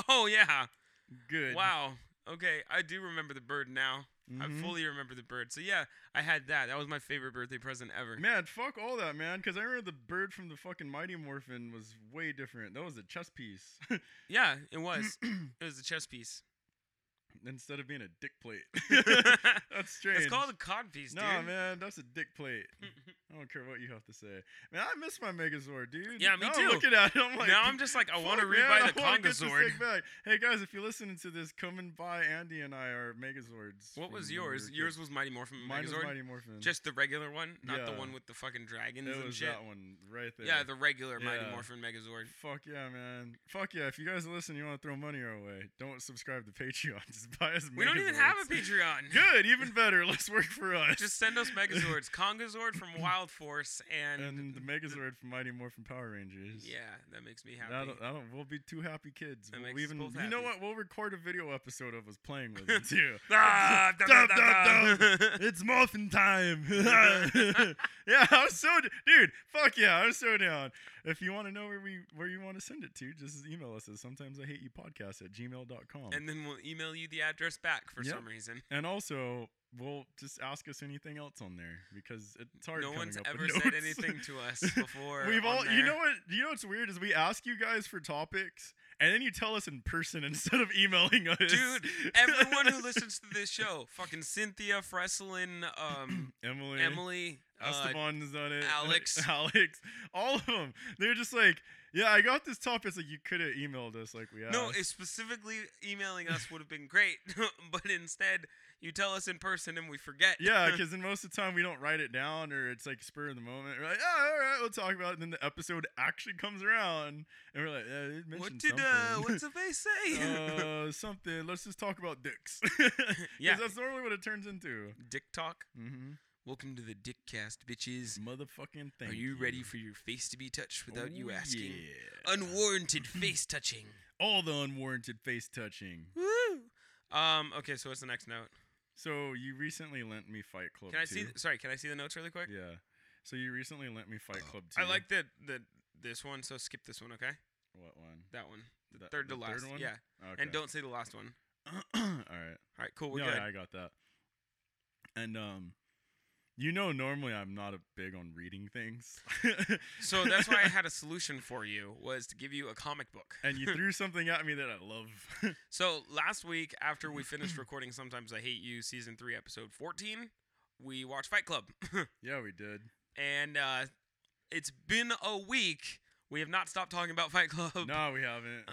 [SPEAKER 2] oh yeah.
[SPEAKER 3] Good.
[SPEAKER 2] Wow. Okay, I do remember the bird now.
[SPEAKER 3] Mhm.
[SPEAKER 2] I fully remember the bird. So yeah, I had that. That was my favorite birthday present ever.
[SPEAKER 3] Man, fuck all that, man. Because I remember the bird from the fucking Mighty Morphin was way different. That was a chess piece
[SPEAKER 2] Yeah, it was. it was a chess piece.
[SPEAKER 3] instead of being a dick plate.
[SPEAKER 2] it's
[SPEAKER 3] That's strange.
[SPEAKER 2] called a cod piece,
[SPEAKER 3] no,
[SPEAKER 2] dude.
[SPEAKER 3] man, that's a dick plate. I don't care what you have to say. Man, I miss my Megazord, dude.
[SPEAKER 2] Yeah, me
[SPEAKER 3] Now
[SPEAKER 2] too.
[SPEAKER 3] I'm looking at it, I'm like,
[SPEAKER 2] now I'm just like I want to
[SPEAKER 3] Fuck,
[SPEAKER 2] rebuy
[SPEAKER 3] man,
[SPEAKER 2] the
[SPEAKER 3] I wanna get this
[SPEAKER 2] Congozord.
[SPEAKER 3] thing back. Hey guys, if you're listening to this, come and buy Andy and I our Megazords.
[SPEAKER 2] What
[SPEAKER 3] from
[SPEAKER 2] was
[SPEAKER 3] when we were
[SPEAKER 2] yours?
[SPEAKER 3] kids.
[SPEAKER 2] Yours was Mighty Morphin
[SPEAKER 3] Mine was
[SPEAKER 2] Megazord.
[SPEAKER 3] Mighty Morphin.
[SPEAKER 2] Just the regular one, not the
[SPEAKER 3] Yeah.
[SPEAKER 2] one with the fucking dragons
[SPEAKER 3] it
[SPEAKER 2] and
[SPEAKER 3] was
[SPEAKER 2] shit.
[SPEAKER 3] that one right there.
[SPEAKER 2] Yeah, the regular Mighty
[SPEAKER 3] Yeah.
[SPEAKER 2] Morphin Megazord.
[SPEAKER 3] Fuck yeah, man. Fuck yeah. If you guys listen, you want to throw money our way, don't subscribe to Patreon. Just buy us Megazords.
[SPEAKER 2] We don't even have a Patreon.
[SPEAKER 3] Good, even better. Let's work for us.
[SPEAKER 2] Just send us Megazords. Congozord from Wild Force and,
[SPEAKER 3] and the Megazord from Mighty Morphin Power Rangers.
[SPEAKER 2] yeah, that makes me happy.
[SPEAKER 3] I don't, I don't. We'll be two happy kids.
[SPEAKER 2] That
[SPEAKER 3] we'll
[SPEAKER 2] makes us
[SPEAKER 3] even,
[SPEAKER 2] both
[SPEAKER 3] You know
[SPEAKER 2] happy.
[SPEAKER 3] what? We'll record a video episode of us playing with it too.
[SPEAKER 2] Ah, dum, dum, dum,
[SPEAKER 3] Dum,
[SPEAKER 2] dum.
[SPEAKER 3] it's morphin time. yeah, I was so d- dude. Fuck yeah, I was so down. If you want to know where we where you want to send it to, just email us at sometimes I hate you podcast at gmail.com. And,
[SPEAKER 2] and then we'll email you the address back for
[SPEAKER 3] Yep.
[SPEAKER 2] some reason.
[SPEAKER 3] and also, we'll just ask us anything else on there because it's hard.
[SPEAKER 2] No
[SPEAKER 3] coming
[SPEAKER 2] one's
[SPEAKER 3] up with
[SPEAKER 2] ever said
[SPEAKER 3] notes.
[SPEAKER 2] anything to us before.
[SPEAKER 3] We've
[SPEAKER 2] on
[SPEAKER 3] all, you know
[SPEAKER 2] there.
[SPEAKER 3] what, you know what's weird is we ask you guys for topics, and then you tell us in person instead of emailing us,
[SPEAKER 2] Dude, Everyone who listens to this show, fucking Cynthia Fresselin, um,
[SPEAKER 3] Emily,
[SPEAKER 2] Emily, uh,
[SPEAKER 3] Esteban's on it,
[SPEAKER 2] Alex.
[SPEAKER 3] Alex, all of them, they're just like, yeah, I got this topic. It's like you could have emailed us, like we asked.
[SPEAKER 2] No, it's specifically emailing us would have been great, but instead you tell us in person and we forget.
[SPEAKER 3] yeah, because then most of the time we don't write it down, or it's like spur of the moment. We're like, oh, all right, we'll talk about it. And then the episode actually comes around, and we're like, yeah, it mentioned
[SPEAKER 2] what did
[SPEAKER 3] something.
[SPEAKER 2] uh, what did they say?
[SPEAKER 3] uh, something. Let's just talk about dicks.
[SPEAKER 2] Yeah.
[SPEAKER 3] 'Cause that's normally what it turns into.
[SPEAKER 2] dick talk.
[SPEAKER 3] Mm-hmm.
[SPEAKER 2] Welcome to the Dick Cast, bitches.
[SPEAKER 3] Motherfucking thing.
[SPEAKER 2] Are you, ready for your face to be touched without you asking?
[SPEAKER 3] Oh, Yeah.
[SPEAKER 2] Unwarranted face touching.
[SPEAKER 3] All the unwarranted face touching.
[SPEAKER 2] Woo! Um. Okay. So what's the next note?
[SPEAKER 3] So you recently lent me Fight Club.
[SPEAKER 2] Can I
[SPEAKER 3] 2.
[SPEAKER 2] see? Sorry. Can I see the notes really quick?
[SPEAKER 3] yeah. So you recently lent me Fight Club. 2.
[SPEAKER 2] Oh, I like the the this one. So skip this one. Okay.
[SPEAKER 3] what one?
[SPEAKER 2] That one. The
[SPEAKER 3] That-
[SPEAKER 2] third
[SPEAKER 3] the
[SPEAKER 2] to
[SPEAKER 3] third
[SPEAKER 2] last.
[SPEAKER 3] one?
[SPEAKER 2] Yeah.
[SPEAKER 3] Okay.
[SPEAKER 2] And don't say the last one.
[SPEAKER 3] all right.
[SPEAKER 2] All right. Cool. We're
[SPEAKER 3] yeah,
[SPEAKER 2] good.
[SPEAKER 3] yeah, I got that. And um, you know, normally I'm not a big on reading things.
[SPEAKER 2] So that's why I had a solution for you was to give you a comic book.
[SPEAKER 3] and you threw something at me that I love.
[SPEAKER 2] So last week, after we finished recording, sometimes I hate you, season three, episode fourteen, we watched Fight Club,
[SPEAKER 3] yeah, we did.
[SPEAKER 2] and uh, it's been a week. We have not stopped talking about Fight Club.
[SPEAKER 3] No, we haven't.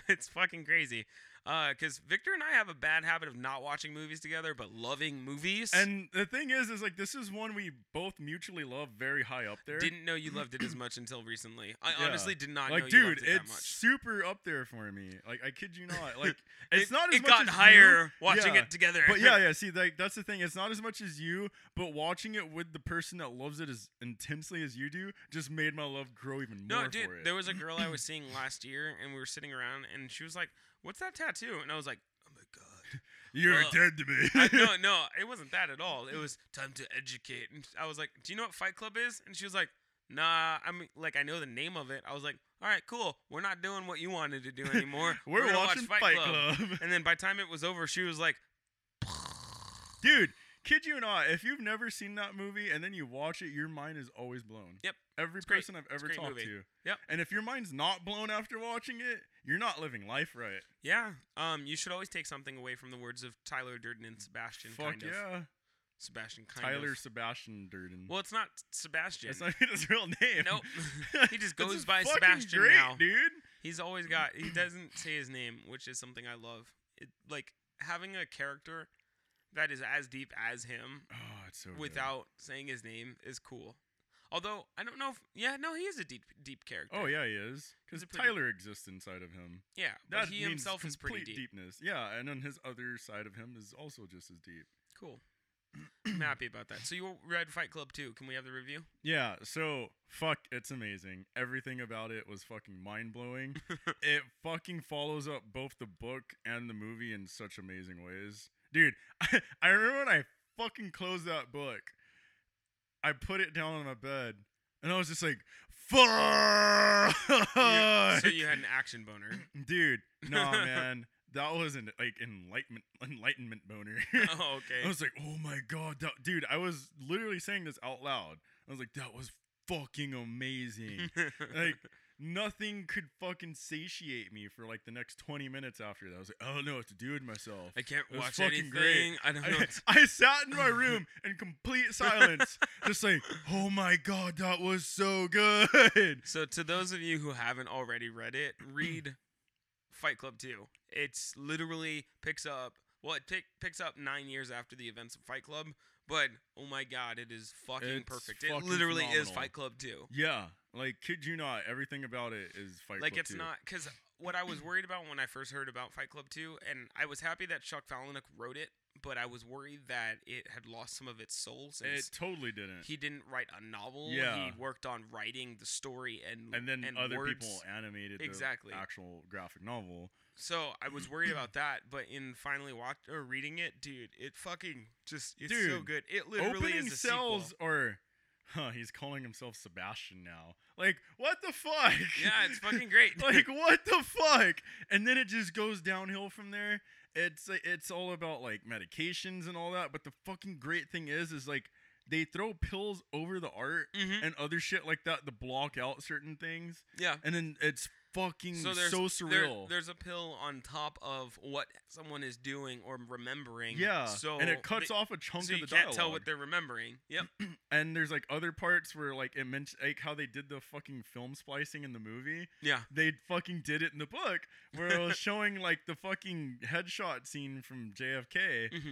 [SPEAKER 2] it's fucking crazy. Because Victor and I have a bad habit of not watching movies together, but loving movies.
[SPEAKER 3] And the thing is, is like this is one we both mutually love, very high up there.
[SPEAKER 2] didn't know you loved it as much until recently. I
[SPEAKER 3] Yeah.
[SPEAKER 2] honestly did not
[SPEAKER 3] like,
[SPEAKER 2] know you
[SPEAKER 3] dude,
[SPEAKER 2] loved it that
[SPEAKER 3] it's
[SPEAKER 2] much.
[SPEAKER 3] super up there for me. Like, I kid you not. Like, it's
[SPEAKER 2] It-
[SPEAKER 3] not as
[SPEAKER 2] it
[SPEAKER 3] much
[SPEAKER 2] got
[SPEAKER 3] as you,
[SPEAKER 2] higher watching
[SPEAKER 3] yeah,
[SPEAKER 2] it together.
[SPEAKER 3] But yeah, yeah. See, like that's the thing. It's not as much as you, but watching it with the person that loves it as intensely as you do just made my love grow even more
[SPEAKER 2] No, dude,
[SPEAKER 3] for it.
[SPEAKER 2] there was a girl I was seeing last year, and we were sitting around, and she was like, "What's that tattoo?" And I was like, "Oh my god!"
[SPEAKER 3] You're
[SPEAKER 2] uh,
[SPEAKER 3] dead to me.
[SPEAKER 2] I, no, no, it wasn't that at all. It was time to educate, and I was like, "Do you know what Fight Club is?" And she was like, "Nah, I'm like, I know the name of it." I was like, "All right, cool. We're not doing what you wanted to do anymore.
[SPEAKER 3] We're,
[SPEAKER 2] gonna
[SPEAKER 3] watching
[SPEAKER 2] watch
[SPEAKER 3] Fight Club.
[SPEAKER 2] And then by the time it was over, she was like,
[SPEAKER 3] Dude, kid you not, if you've never seen that movie and then you watch it, your mind is always blown.
[SPEAKER 2] Yep.
[SPEAKER 3] Every
[SPEAKER 2] It's great.
[SPEAKER 3] person I've ever
[SPEAKER 2] great
[SPEAKER 3] talked
[SPEAKER 2] movie.
[SPEAKER 3] to.
[SPEAKER 2] Yep.
[SPEAKER 3] And if your mind's not blown after watching it, you're not living life right.
[SPEAKER 2] "Yeah, um, you should always take something away from the words of Tyler Durden and Sebastian.
[SPEAKER 3] Fuck
[SPEAKER 2] kind of.
[SPEAKER 3] yeah.
[SPEAKER 2] Sebastian kind
[SPEAKER 3] Tyler
[SPEAKER 2] of.
[SPEAKER 3] Sebastian Durden.
[SPEAKER 2] Well, it's not Sebastian.
[SPEAKER 3] That's not even his real name.
[SPEAKER 2] Nope. He just
[SPEAKER 3] That's
[SPEAKER 2] goes
[SPEAKER 3] just
[SPEAKER 2] by
[SPEAKER 3] fucking
[SPEAKER 2] Sebastian
[SPEAKER 3] great,
[SPEAKER 2] now.
[SPEAKER 3] dude.
[SPEAKER 2] He's always got. He doesn't say his name, which is something I love. It, like having a character that is as deep as him
[SPEAKER 3] Oh, it's so good.
[SPEAKER 2] without saying his name is cool. Although I don't know if yeah, no, he is a deep deep character.
[SPEAKER 3] Oh yeah, he is.
[SPEAKER 2] He's
[SPEAKER 3] Because
[SPEAKER 2] a pretty-
[SPEAKER 3] Tyler exists inside of him.
[SPEAKER 2] yeah.
[SPEAKER 3] That
[SPEAKER 2] But he
[SPEAKER 3] means
[SPEAKER 2] himself is pretty
[SPEAKER 3] complete
[SPEAKER 2] deep.
[SPEAKER 3] deepness. Yeah, and then his other side of him is also just as deep.
[SPEAKER 2] Cool. I'm happy about that. So you read Fight Club too? Can we have the review?
[SPEAKER 3] Yeah, so fuck, it's amazing. Everything about it was fucking mind blowing. it fucking follows up both the book and the movie in such amazing ways. Dude, I, I remember when I fucking closed that book, I put it down on my bed, and I was just like, fuck.
[SPEAKER 2] You- so you had an action boner.
[SPEAKER 3] Dude, nah, man. That was an like enlightenment enlightenment boner.
[SPEAKER 2] Oh,
[SPEAKER 3] I
[SPEAKER 2] okay.
[SPEAKER 3] was like, oh my god, that, dude! I was literally saying this out loud. I was like, that was fucking amazing. like nothing could fucking satiate me for like the next twenty minutes after that. I was like, I don't know what to do with myself.
[SPEAKER 2] I can't
[SPEAKER 3] It was
[SPEAKER 2] watch anything.
[SPEAKER 3] fucking great.
[SPEAKER 2] I don't know.
[SPEAKER 3] I,
[SPEAKER 2] what
[SPEAKER 3] I sat in my room in complete silence, just like, oh my god, that was so good.
[SPEAKER 2] So, to those of you who haven't already read it, read Fight Club 2. It's literally picks up, well, it pick, picks up nine years after the events of Fight Club, but oh my god, it is fucking
[SPEAKER 3] It's
[SPEAKER 2] perfect.
[SPEAKER 3] fucking
[SPEAKER 2] it literally is
[SPEAKER 3] phenomenal.
[SPEAKER 2] Fight Club 2.
[SPEAKER 3] Yeah, like kid you not, everything about it is fight.
[SPEAKER 2] Like,
[SPEAKER 3] Club
[SPEAKER 2] it's
[SPEAKER 3] 2.
[SPEAKER 2] not, because what I was worried about when I first heard about Fight Club 2, and I was happy that Chuck Palahniuk wrote it, but I was worried that it had lost some of its soul
[SPEAKER 3] It
[SPEAKER 2] since
[SPEAKER 3] totally didn't.
[SPEAKER 2] he didn't write a novel.
[SPEAKER 3] Yeah.
[SPEAKER 2] He worked on writing the story and
[SPEAKER 3] and then other
[SPEAKER 2] words.
[SPEAKER 3] people animated
[SPEAKER 2] Exactly.
[SPEAKER 3] the actual graphic novel.
[SPEAKER 2] So I was worried about that, but in finally watch or reading it, dude, it fucking just it's so
[SPEAKER 3] Dude,
[SPEAKER 2] good. It literally
[SPEAKER 3] Opening
[SPEAKER 2] is a
[SPEAKER 3] cells
[SPEAKER 2] sequel.
[SPEAKER 3] or huh, he's calling himself Sebastian now. Like what the fuck?
[SPEAKER 2] Yeah, it's fucking great.
[SPEAKER 3] like what the fuck? And then it just goes downhill from there. It's like it's all about like medications and all that, but the fucking great thing is is like they throw pills over the art
[SPEAKER 2] Mhm.
[SPEAKER 3] and other shit like that to block out certain things.
[SPEAKER 2] Yeah.
[SPEAKER 3] And then it's fucking so,
[SPEAKER 2] So there's there-
[SPEAKER 3] surreal.
[SPEAKER 2] there's a pill on top of what someone is doing or remembering.
[SPEAKER 3] yeah.
[SPEAKER 2] So
[SPEAKER 3] and it cuts
[SPEAKER 2] they-
[SPEAKER 3] off a chunk
[SPEAKER 2] so
[SPEAKER 3] of
[SPEAKER 2] you
[SPEAKER 3] the
[SPEAKER 2] can't
[SPEAKER 3] dialogue.
[SPEAKER 2] tell what they're remembering. Yep.
[SPEAKER 3] and there's like other parts where like it mentioned like how they did the fucking film splicing in the movie.
[SPEAKER 2] Yeah.
[SPEAKER 3] They fucking did it in the book where it was showing like the fucking headshot scene from JFK.
[SPEAKER 2] hmm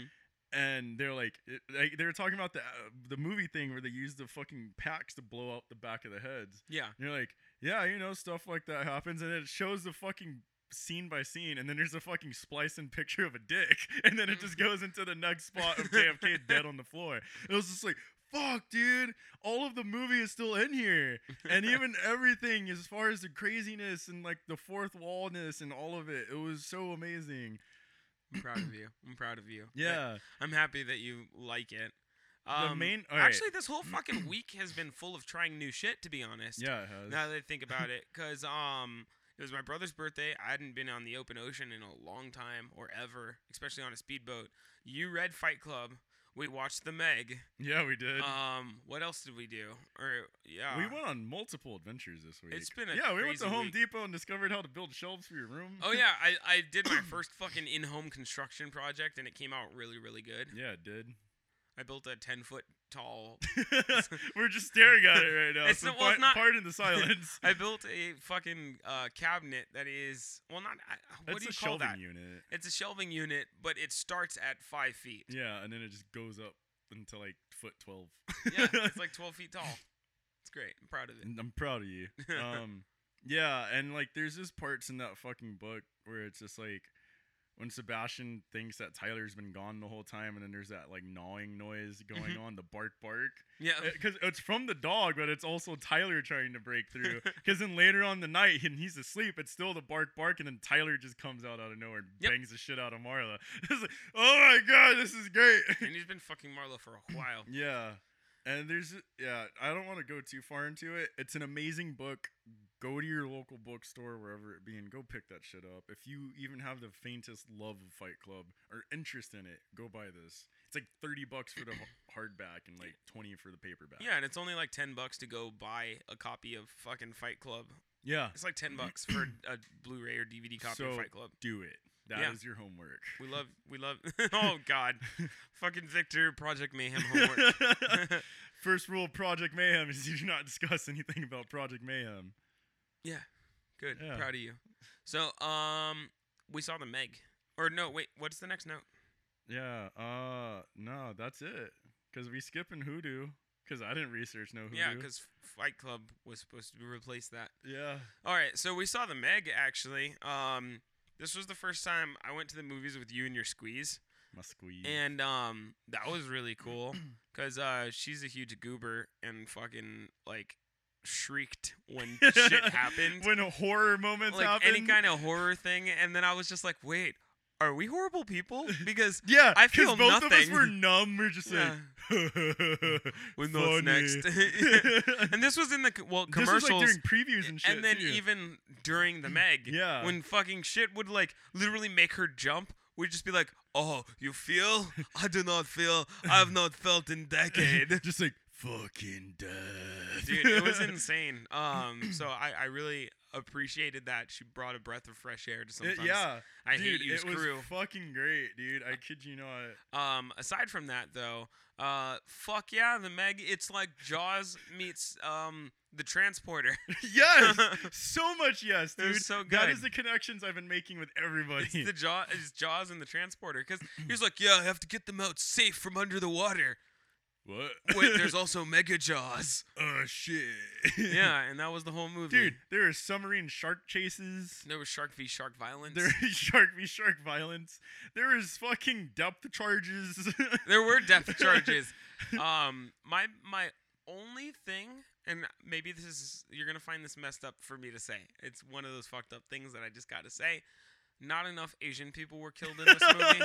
[SPEAKER 3] and they're like, it, like they were talking about the uh, the movie thing where they use the fucking packs to blow out the back of the heads.
[SPEAKER 2] Yeah.
[SPEAKER 3] And you're like, yeah, you know, stuff like that happens, and it shows the fucking scene by scene, and then there's a fucking splicing picture of a dick, and then it
[SPEAKER 2] Mm-hmm.
[SPEAKER 3] just goes into the next spot of JFK dead on the floor. It was just like. Fuck, dude! All of the movie is still in here, and even everything as far as the craziness and like the fourth wallness and all of it. It was so amazing.
[SPEAKER 2] I'm proud of you. I'm proud of you. Like,
[SPEAKER 3] Yeah,
[SPEAKER 2] I'm happy that you like it.
[SPEAKER 3] The
[SPEAKER 2] Um,
[SPEAKER 3] main- all right.
[SPEAKER 2] actually, this whole fucking week has been full of trying new shit. To be honest.
[SPEAKER 3] yeah. It has.
[SPEAKER 2] Now that I think about it, because um, it was my brother's birthday. I hadn't been on the open ocean in a long time or ever, especially on a speedboat. You read Fight Club. We watched The Meg.
[SPEAKER 3] Yeah, we did.
[SPEAKER 2] Um, what else did we do? Or yeah,
[SPEAKER 3] we went on multiple adventures this week.
[SPEAKER 2] It's been a
[SPEAKER 3] yeah. We went to
[SPEAKER 2] crazy
[SPEAKER 3] Home
[SPEAKER 2] week.
[SPEAKER 3] Depot and discovered how to build shelves for your room.
[SPEAKER 2] Oh yeah, I, I did my first fucking in-home construction project and it came out really really good.
[SPEAKER 3] yeah, it did.
[SPEAKER 2] I built a 10 foot tall.
[SPEAKER 3] We're just staring at it right now.
[SPEAKER 2] It's
[SPEAKER 3] so
[SPEAKER 2] not- well, it's
[SPEAKER 3] fi-
[SPEAKER 2] not-
[SPEAKER 3] Pardon the silence.
[SPEAKER 2] I built a fucking uh, cabinet that is well not I, what
[SPEAKER 3] That's
[SPEAKER 2] do you
[SPEAKER 3] a
[SPEAKER 2] call
[SPEAKER 3] shelving
[SPEAKER 2] that?
[SPEAKER 3] unit.
[SPEAKER 2] It's a shelving unit, but it starts at five feet.
[SPEAKER 3] Yeah, and then it just goes up until like foot twelve.
[SPEAKER 2] yeah, it's like 12 feet tall. It's great. I'm proud of it.
[SPEAKER 3] And I'm proud of you. Um, yeah, and like there's just parts in that fucking book where it's just like when Sebastian thinks that Tyler's been gone the whole time, and then there's that like gnawing noise going
[SPEAKER 2] Mhm.
[SPEAKER 3] on, the bark bark.
[SPEAKER 2] Yeah.
[SPEAKER 3] because it's from the dog, but it's also Tyler trying to break through. Because then later on the night, and he's asleep, it's still the bark bark, and then Tyler just comes out out of nowhere and
[SPEAKER 2] Yep.
[SPEAKER 3] bangs the shit out of Marla. It's like, oh my god, this is great.
[SPEAKER 2] and he's been fucking Marlo for a while.
[SPEAKER 3] yeah, and there's yeah, I don't want to go too far into it. It's an amazing book. Go to your local bookstore, wherever it be, and go pick that shit up. If you even have the faintest love of Fight Club or interest in it, go buy this. It's like thirty bucks for the h- hardback and like twenty for the paperback.
[SPEAKER 2] Yeah, and it's only like 10 bucks to go buy a copy of fucking Fight Club.
[SPEAKER 3] yeah.
[SPEAKER 2] It's like 10 bucks for a Blu ray or DVD copy of
[SPEAKER 3] So-
[SPEAKER 2] Fight Club.
[SPEAKER 3] do it. That is
[SPEAKER 2] Yeah.
[SPEAKER 3] your homework.
[SPEAKER 2] We love, we love, oh God. fucking Victor, Project Mayhem homework.
[SPEAKER 3] First rule of Project Mayhem is you do not discuss anything about Project Mayhem.
[SPEAKER 2] yeah, good.
[SPEAKER 3] Yeah.
[SPEAKER 2] Proud of you. So, um, we saw the Meg. Or no, wait, what's the next note?
[SPEAKER 3] Yeah. Uh. No, that's it. Cause we skipping hoodoo. Cause I didn't research no hoodoo.
[SPEAKER 2] Yeah, because Fight Club was supposed to replace that.
[SPEAKER 3] yeah.
[SPEAKER 2] All right, so we saw the Meg actually. Um, this was the first time I went to the movies with you and your squeeze,
[SPEAKER 3] My squeeze.
[SPEAKER 2] and um, that was really cool because uh, she's a huge goober and fucking like shrieked when shit happened,
[SPEAKER 3] when horror moments
[SPEAKER 2] like
[SPEAKER 3] happen.
[SPEAKER 2] any kind of horror thing. And then I was just like, wait, are we horrible people? Because
[SPEAKER 3] yeah,
[SPEAKER 2] I
[SPEAKER 3] 'cause
[SPEAKER 2] feel
[SPEAKER 3] both of us
[SPEAKER 2] nothing.
[SPEAKER 3] were numb. We're just
[SPEAKER 2] yeah.
[SPEAKER 3] like,
[SPEAKER 2] We know what's next.
[SPEAKER 3] Funny.
[SPEAKER 2] and this was in the co- well
[SPEAKER 3] this was like
[SPEAKER 2] commercials.
[SPEAKER 3] during previews and shit.
[SPEAKER 2] then
[SPEAKER 3] too.
[SPEAKER 2] even during the Meg,
[SPEAKER 3] Yeah.
[SPEAKER 2] when fucking shit would like literally make her jump, we'd just be like, "Oh, you feel? I do not feel. I have not felt in decade."
[SPEAKER 3] just like fucking death.
[SPEAKER 2] Dude, it was insane. Um, so I, I really appreciated that she brought a breath of fresh air to
[SPEAKER 3] It-
[SPEAKER 2] sometimes.
[SPEAKER 3] Uh, yeah,
[SPEAKER 2] I
[SPEAKER 3] dude,
[SPEAKER 2] hate you,
[SPEAKER 3] it was
[SPEAKER 2] crew.
[SPEAKER 3] fucking great, dude. I kid you not.
[SPEAKER 2] Um, aside from that though, uh, fuck yeah, the Meg. It's like Jaws meets um the transporter.
[SPEAKER 3] yes, so much yes,
[SPEAKER 2] It was
[SPEAKER 3] dude.
[SPEAKER 2] so
[SPEAKER 3] That
[SPEAKER 2] good.
[SPEAKER 3] is the connections I've been making with everybody.
[SPEAKER 2] It's the jaw, it's Jaws and the transporter. Because he was like, "Yeah, I have to get them out safe from under the water."
[SPEAKER 3] What?
[SPEAKER 2] Wait, there's also mega jaws.
[SPEAKER 3] oh shit.
[SPEAKER 2] Yeah, and that was the whole movie.
[SPEAKER 3] Dude, there are submarine shark chases.
[SPEAKER 2] there was shark v shark violence.
[SPEAKER 3] There is shark v shark violence. There is fucking depth charges.
[SPEAKER 2] there were death charges. Um, my my only thing, and maybe this is you're gonna find this messed up for me to say. It's one of those fucked up things that I just gotta say. Not enough Asian people were killed in this movie.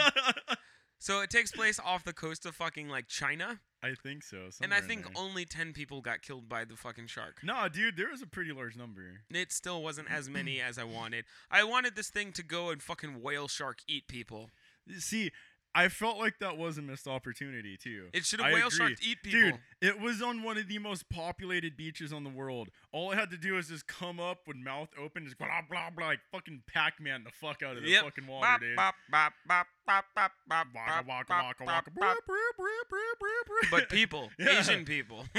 [SPEAKER 2] so it takes place off the coast of fucking like China,
[SPEAKER 3] I think so.
[SPEAKER 2] and
[SPEAKER 3] somewhere
[SPEAKER 2] I
[SPEAKER 3] in
[SPEAKER 2] think
[SPEAKER 3] there.
[SPEAKER 2] only ten people got killed by the fucking shark.
[SPEAKER 3] Nah, dude, there was a pretty large number.
[SPEAKER 2] It still wasn't as many as I wanted. I wanted this thing to go and fucking whale shark eat people.
[SPEAKER 3] See, I felt like that was a missed opportunity too.
[SPEAKER 2] It should
[SPEAKER 3] I
[SPEAKER 2] have whale
[SPEAKER 3] agree.
[SPEAKER 2] shark eat people.
[SPEAKER 3] Dude, it was on one of the most populated beaches on the world. All I had to do is just come up with mouth open, just blah blah blah, like fucking Pac-Man the fuck out of the
[SPEAKER 2] Yep.
[SPEAKER 3] fucking water,
[SPEAKER 2] Bop,
[SPEAKER 3] dude.
[SPEAKER 2] bop, bop, bop, bop, bop, bop,
[SPEAKER 3] Waka
[SPEAKER 2] bop,
[SPEAKER 3] waka
[SPEAKER 2] bop,
[SPEAKER 3] waka
[SPEAKER 2] bop,
[SPEAKER 3] waka.
[SPEAKER 2] bop.
[SPEAKER 3] brruh, brruh, brruh, brruh, brruh.
[SPEAKER 2] But people,
[SPEAKER 3] Yeah.
[SPEAKER 2] Asian people.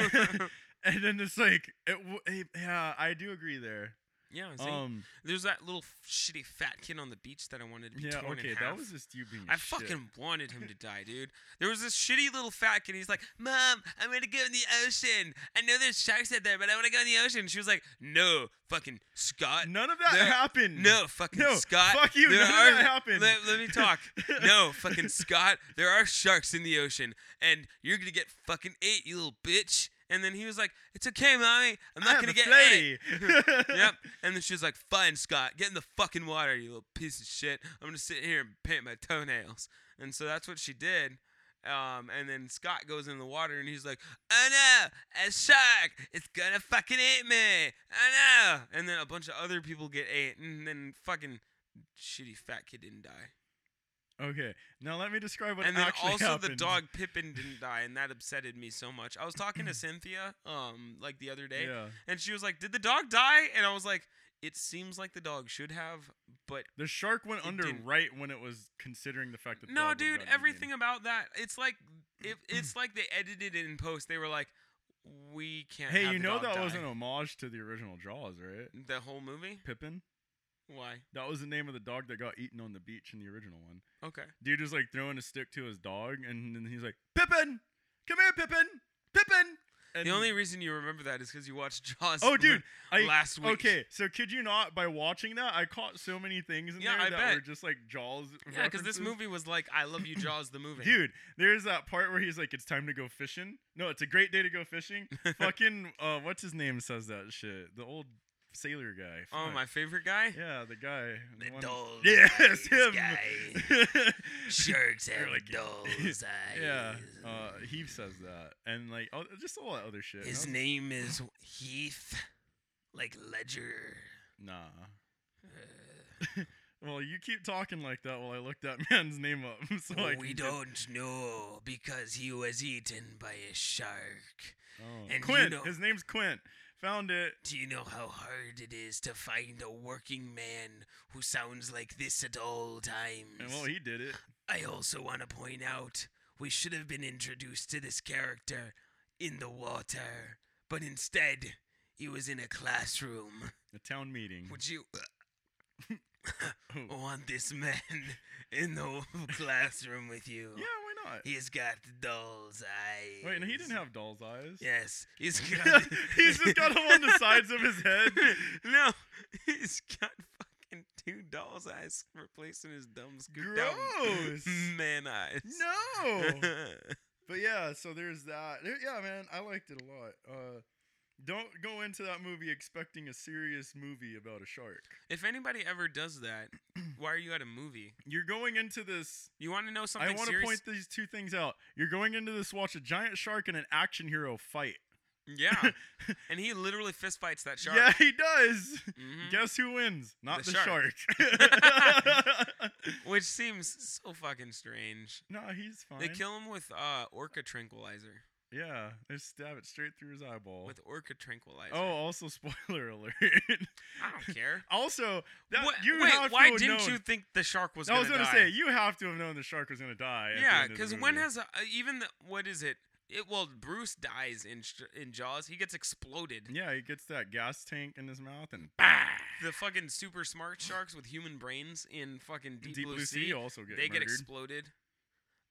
[SPEAKER 3] and then it's like, it, w- it, yeah, I do agree there.
[SPEAKER 2] yeah, see?
[SPEAKER 3] Um,
[SPEAKER 2] there's that little f- shitty fat kid on the beach that I wanted to be
[SPEAKER 3] yeah,
[SPEAKER 2] torn
[SPEAKER 3] okay,
[SPEAKER 2] in half.
[SPEAKER 3] that was just you being.
[SPEAKER 2] I
[SPEAKER 3] shit.
[SPEAKER 2] fucking wanted him to die, dude. There was this shitty little fat kid. He's like, "Mom, I'm gonna go in the ocean. I know there's sharks out there, but I want to go in the ocean." She was like, "No, fucking Scott,
[SPEAKER 3] None of that
[SPEAKER 2] There-
[SPEAKER 3] happened.
[SPEAKER 2] No, fucking
[SPEAKER 3] No,
[SPEAKER 2] Scott.
[SPEAKER 3] fuck you,
[SPEAKER 2] There
[SPEAKER 3] none of
[SPEAKER 2] are,
[SPEAKER 3] that happened.
[SPEAKER 2] Let, let me talk. no, fucking Scott. There are sharks in the ocean, and you're gonna get fucking ate, you little bitch. And then he was like, "It's okay, mommy. I'm not
[SPEAKER 3] I am
[SPEAKER 2] gonna
[SPEAKER 3] a
[SPEAKER 2] get ate."
[SPEAKER 3] flay.
[SPEAKER 2] Yep. And then she was like, "Fine, Scott. Get in the fucking water, you little piece of shit. I'm gonna sit here and paint my toenails." And so that's what she did. Um, and then Scott goes in the water and he's like, "Oh no, a shark! It's gonna fucking eat me! Oh no!" And then a bunch of other people get ate, and then fucking shitty fat kid didn't die.
[SPEAKER 3] Okay, now let me describe what
[SPEAKER 2] and then
[SPEAKER 3] actually
[SPEAKER 2] also the
[SPEAKER 3] happened.
[SPEAKER 2] dog Pippin didn't die, and that upsetted me so much. I was talking to Cynthia, um, like the other day,
[SPEAKER 3] Yeah,
[SPEAKER 2] and she was like, "Did the dog die?" And I was like, "It seems like the dog should have, but
[SPEAKER 3] the shark went
[SPEAKER 2] It
[SPEAKER 3] under
[SPEAKER 2] didn't.
[SPEAKER 3] right when it was considering the fact that. the
[SPEAKER 2] no,
[SPEAKER 3] dog would've
[SPEAKER 2] dude.
[SPEAKER 3] gotten eaten.
[SPEAKER 2] Everything about that, it's like, if it's like they edited it in post. They were like, we can't.
[SPEAKER 3] Hey,
[SPEAKER 2] have
[SPEAKER 3] you
[SPEAKER 2] the
[SPEAKER 3] know
[SPEAKER 2] dog
[SPEAKER 3] that
[SPEAKER 2] die.
[SPEAKER 3] was an homage to the original Jaws, right?
[SPEAKER 2] the whole movie.
[SPEAKER 3] Pippin.
[SPEAKER 2] Why?
[SPEAKER 3] That was the name of the dog that got eaten on the beach in the original one.
[SPEAKER 2] Okay.
[SPEAKER 3] Dude was like throwing a stick to his dog, and then he's like, "Pippin, come here, Pippin, Pippin." And
[SPEAKER 2] the only reason you remember that is because you watched Jaws.
[SPEAKER 3] oh, dude, I
[SPEAKER 2] last week.
[SPEAKER 3] Okay, so could you not? By watching that, I caught so many things in
[SPEAKER 2] Yeah,
[SPEAKER 3] there
[SPEAKER 2] I
[SPEAKER 3] that
[SPEAKER 2] bet.
[SPEAKER 3] were just like Jaws.
[SPEAKER 2] Yeah, because this
[SPEAKER 3] references.
[SPEAKER 2] movie was like, I love you, Jaws, the movie.
[SPEAKER 3] Dude, there's that part where he's like, "It's time to go fishing." No, it's a great day to go fishing. Fucking, uh, what's his name says that shit? The old sailor guy.
[SPEAKER 2] Oh,
[SPEAKER 3] Fuck.
[SPEAKER 2] my favorite guy.
[SPEAKER 3] Yeah, the guy.
[SPEAKER 1] The
[SPEAKER 3] one-
[SPEAKER 1] doll's
[SPEAKER 3] Yes,
[SPEAKER 1] eyes
[SPEAKER 3] him.
[SPEAKER 1] guy. Sharks
[SPEAKER 3] You're
[SPEAKER 1] have
[SPEAKER 3] like-
[SPEAKER 1] doll's eyes.
[SPEAKER 3] yeah, uh, he says that, and like oh, just all that other shit.
[SPEAKER 1] His
[SPEAKER 3] No,
[SPEAKER 1] name is Heath, like Ledger.
[SPEAKER 3] Nah. Well, you keep talking like that while I look that man's name up. So I
[SPEAKER 1] Oh, we
[SPEAKER 3] can get-
[SPEAKER 1] don't know because he was eaten by a shark.
[SPEAKER 3] Oh.
[SPEAKER 1] and you
[SPEAKER 3] Quint.
[SPEAKER 1] know-
[SPEAKER 3] His name's Quint. Found it.
[SPEAKER 1] Do you know how hard it is to find a working man who sounds like this at all times?
[SPEAKER 3] And well, he did it.
[SPEAKER 1] I also want to point out we should have been introduced to this character in the water, but instead he was in a classroom.
[SPEAKER 3] A town meeting.
[SPEAKER 1] Would you
[SPEAKER 3] Oh.
[SPEAKER 1] want this man in the classroom with you?
[SPEAKER 3] Yeah, why not?
[SPEAKER 1] He's got doll's eyes.
[SPEAKER 3] Wait, no, he didn't have doll's eyes.
[SPEAKER 1] Yes, he's got.
[SPEAKER 3] He's just got them on the sides of his head.
[SPEAKER 2] no, he's got fucking two doll's eyes replacing his dumb scoop down
[SPEAKER 3] Gross.
[SPEAKER 2] man eyes.
[SPEAKER 3] No. But yeah, so there's that. There- yeah, man, I liked it a lot. Uh, don't go into that movie expecting a serious movie about a shark.
[SPEAKER 2] if anybody ever does that, why are you at a movie?
[SPEAKER 3] You're going into this.
[SPEAKER 2] You want to know something
[SPEAKER 3] I want to
[SPEAKER 2] serious?
[SPEAKER 3] point these two things out. You're going into this watch a giant shark and an action hero fight.
[SPEAKER 2] yeah, and he literally fist fights that shark.
[SPEAKER 3] Yeah, he does.
[SPEAKER 2] Mhm.
[SPEAKER 3] Guess who wins? Not
[SPEAKER 2] The
[SPEAKER 3] the,
[SPEAKER 2] shark.
[SPEAKER 3] shark.
[SPEAKER 2] Which seems so fucking strange.
[SPEAKER 3] no, he's fine.
[SPEAKER 2] They kill him with uh, orca tranquilizer.
[SPEAKER 3] yeah, they stab it straight through his eyeball.
[SPEAKER 2] With orca tranquilizer.
[SPEAKER 3] oh, also spoiler alert.
[SPEAKER 2] I don't care.
[SPEAKER 3] also, that
[SPEAKER 2] What-
[SPEAKER 3] you
[SPEAKER 2] Wait,
[SPEAKER 3] have
[SPEAKER 2] why
[SPEAKER 3] to have
[SPEAKER 2] didn't
[SPEAKER 3] known-
[SPEAKER 2] you think the shark was?
[SPEAKER 3] I was
[SPEAKER 2] gonna
[SPEAKER 3] gonna
[SPEAKER 2] die?
[SPEAKER 3] say you have to have known the shark was gonna die. at the
[SPEAKER 2] Yeah,
[SPEAKER 3] end of the
[SPEAKER 2] because when
[SPEAKER 3] movie.
[SPEAKER 2] has a, uh, even the, what is it? It well, Bruce dies in Sh- in Jaws. He gets exploded.
[SPEAKER 3] yeah he gets that gas tank in his mouth and bah!
[SPEAKER 2] The fucking super smart sharks with human brains in fucking Deep,
[SPEAKER 3] Deep Blue Sea also get
[SPEAKER 2] they get
[SPEAKER 3] murdered.
[SPEAKER 2] exploded.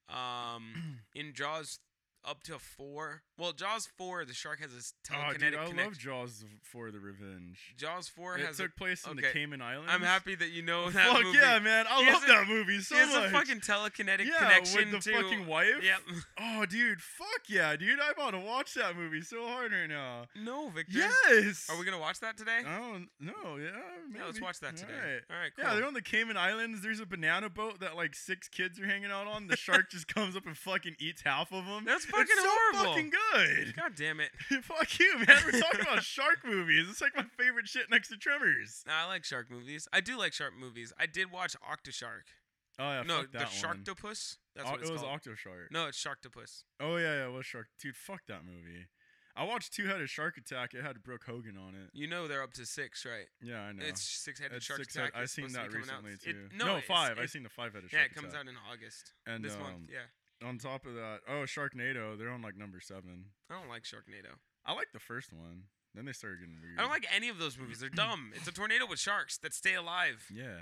[SPEAKER 2] Um, in Jaws, up to four. Well, Jaws four, the shark has this
[SPEAKER 3] Oh,
[SPEAKER 2] telekinetic
[SPEAKER 3] dude, I
[SPEAKER 2] connection.
[SPEAKER 3] love Jaws for the Revenge.
[SPEAKER 2] Jaws four
[SPEAKER 3] It
[SPEAKER 2] has.
[SPEAKER 3] took place in the
[SPEAKER 2] okay.
[SPEAKER 3] Cayman Islands.
[SPEAKER 2] A, I'm happy that you know that
[SPEAKER 3] Fuck
[SPEAKER 2] movie.
[SPEAKER 3] yeah, man! I
[SPEAKER 2] He has
[SPEAKER 3] love
[SPEAKER 2] a-
[SPEAKER 3] that movie so
[SPEAKER 2] He has
[SPEAKER 3] much.
[SPEAKER 2] a fucking telekinetic
[SPEAKER 3] yeah,
[SPEAKER 2] connection
[SPEAKER 3] with the
[SPEAKER 2] to.
[SPEAKER 3] fucking wife.
[SPEAKER 2] Yep.
[SPEAKER 3] Oh, dude, fuck yeah, dude! I want to watch that movie so hard right now.
[SPEAKER 2] No, Victor.
[SPEAKER 3] Yes.
[SPEAKER 2] Are we gonna watch that today?
[SPEAKER 3] Oh no, yeah. Maybe.
[SPEAKER 2] Yeah, let's watch that today.
[SPEAKER 3] All right.
[SPEAKER 2] All right, cool.
[SPEAKER 3] Yeah, they're on the Cayman Islands. There's a banana boat that like six kids are hanging out on. The shark just comes up and fucking eats half of them.
[SPEAKER 2] That's fucking
[SPEAKER 3] it's so
[SPEAKER 2] horrible.
[SPEAKER 3] Fucking good.
[SPEAKER 2] God damn it.
[SPEAKER 3] Fuck you, man. We're talking about shark movies. It's like my favorite shit next to Tremors.
[SPEAKER 2] Nah, I like shark movies. I do like shark movies. I did watch Octoshark.
[SPEAKER 3] Oh yeah,
[SPEAKER 2] no,
[SPEAKER 3] fuck
[SPEAKER 2] the
[SPEAKER 3] that one.
[SPEAKER 2] Sharktopus. That's
[SPEAKER 3] Oh,
[SPEAKER 2] what it's
[SPEAKER 3] it was
[SPEAKER 2] called.
[SPEAKER 3] Octoshark.
[SPEAKER 2] no, it's Sharktopus.
[SPEAKER 3] Oh yeah, yeah, it was Shark. Dude, fuck that movie. I watched Two Headed Shark Attack. It had Brooke Hogan on it.
[SPEAKER 2] You know they're up to six, right?
[SPEAKER 3] Yeah, I know.
[SPEAKER 2] It's six-headed
[SPEAKER 3] It's
[SPEAKER 2] shark
[SPEAKER 3] six-head-
[SPEAKER 2] attack.
[SPEAKER 3] I
[SPEAKER 2] It's
[SPEAKER 3] seen
[SPEAKER 2] supposed to
[SPEAKER 3] that
[SPEAKER 2] be coming out-
[SPEAKER 3] recently
[SPEAKER 2] it-
[SPEAKER 3] too.
[SPEAKER 2] no, it's-
[SPEAKER 3] five. I
[SPEAKER 2] it's-
[SPEAKER 3] seen the five headed shark.
[SPEAKER 2] Yeah, it
[SPEAKER 3] attack.
[SPEAKER 2] comes out in August.
[SPEAKER 3] And
[SPEAKER 2] this
[SPEAKER 3] um,
[SPEAKER 2] month. Yeah,
[SPEAKER 3] on top of that, oh Sharknado, they're on like number seven.
[SPEAKER 2] I don't like Sharknado.
[SPEAKER 3] I like the first one. Then they started getting weird.
[SPEAKER 2] I don't like any of those movies. They're dumb. It's a tornado with sharks that stay alive.
[SPEAKER 3] Yeah.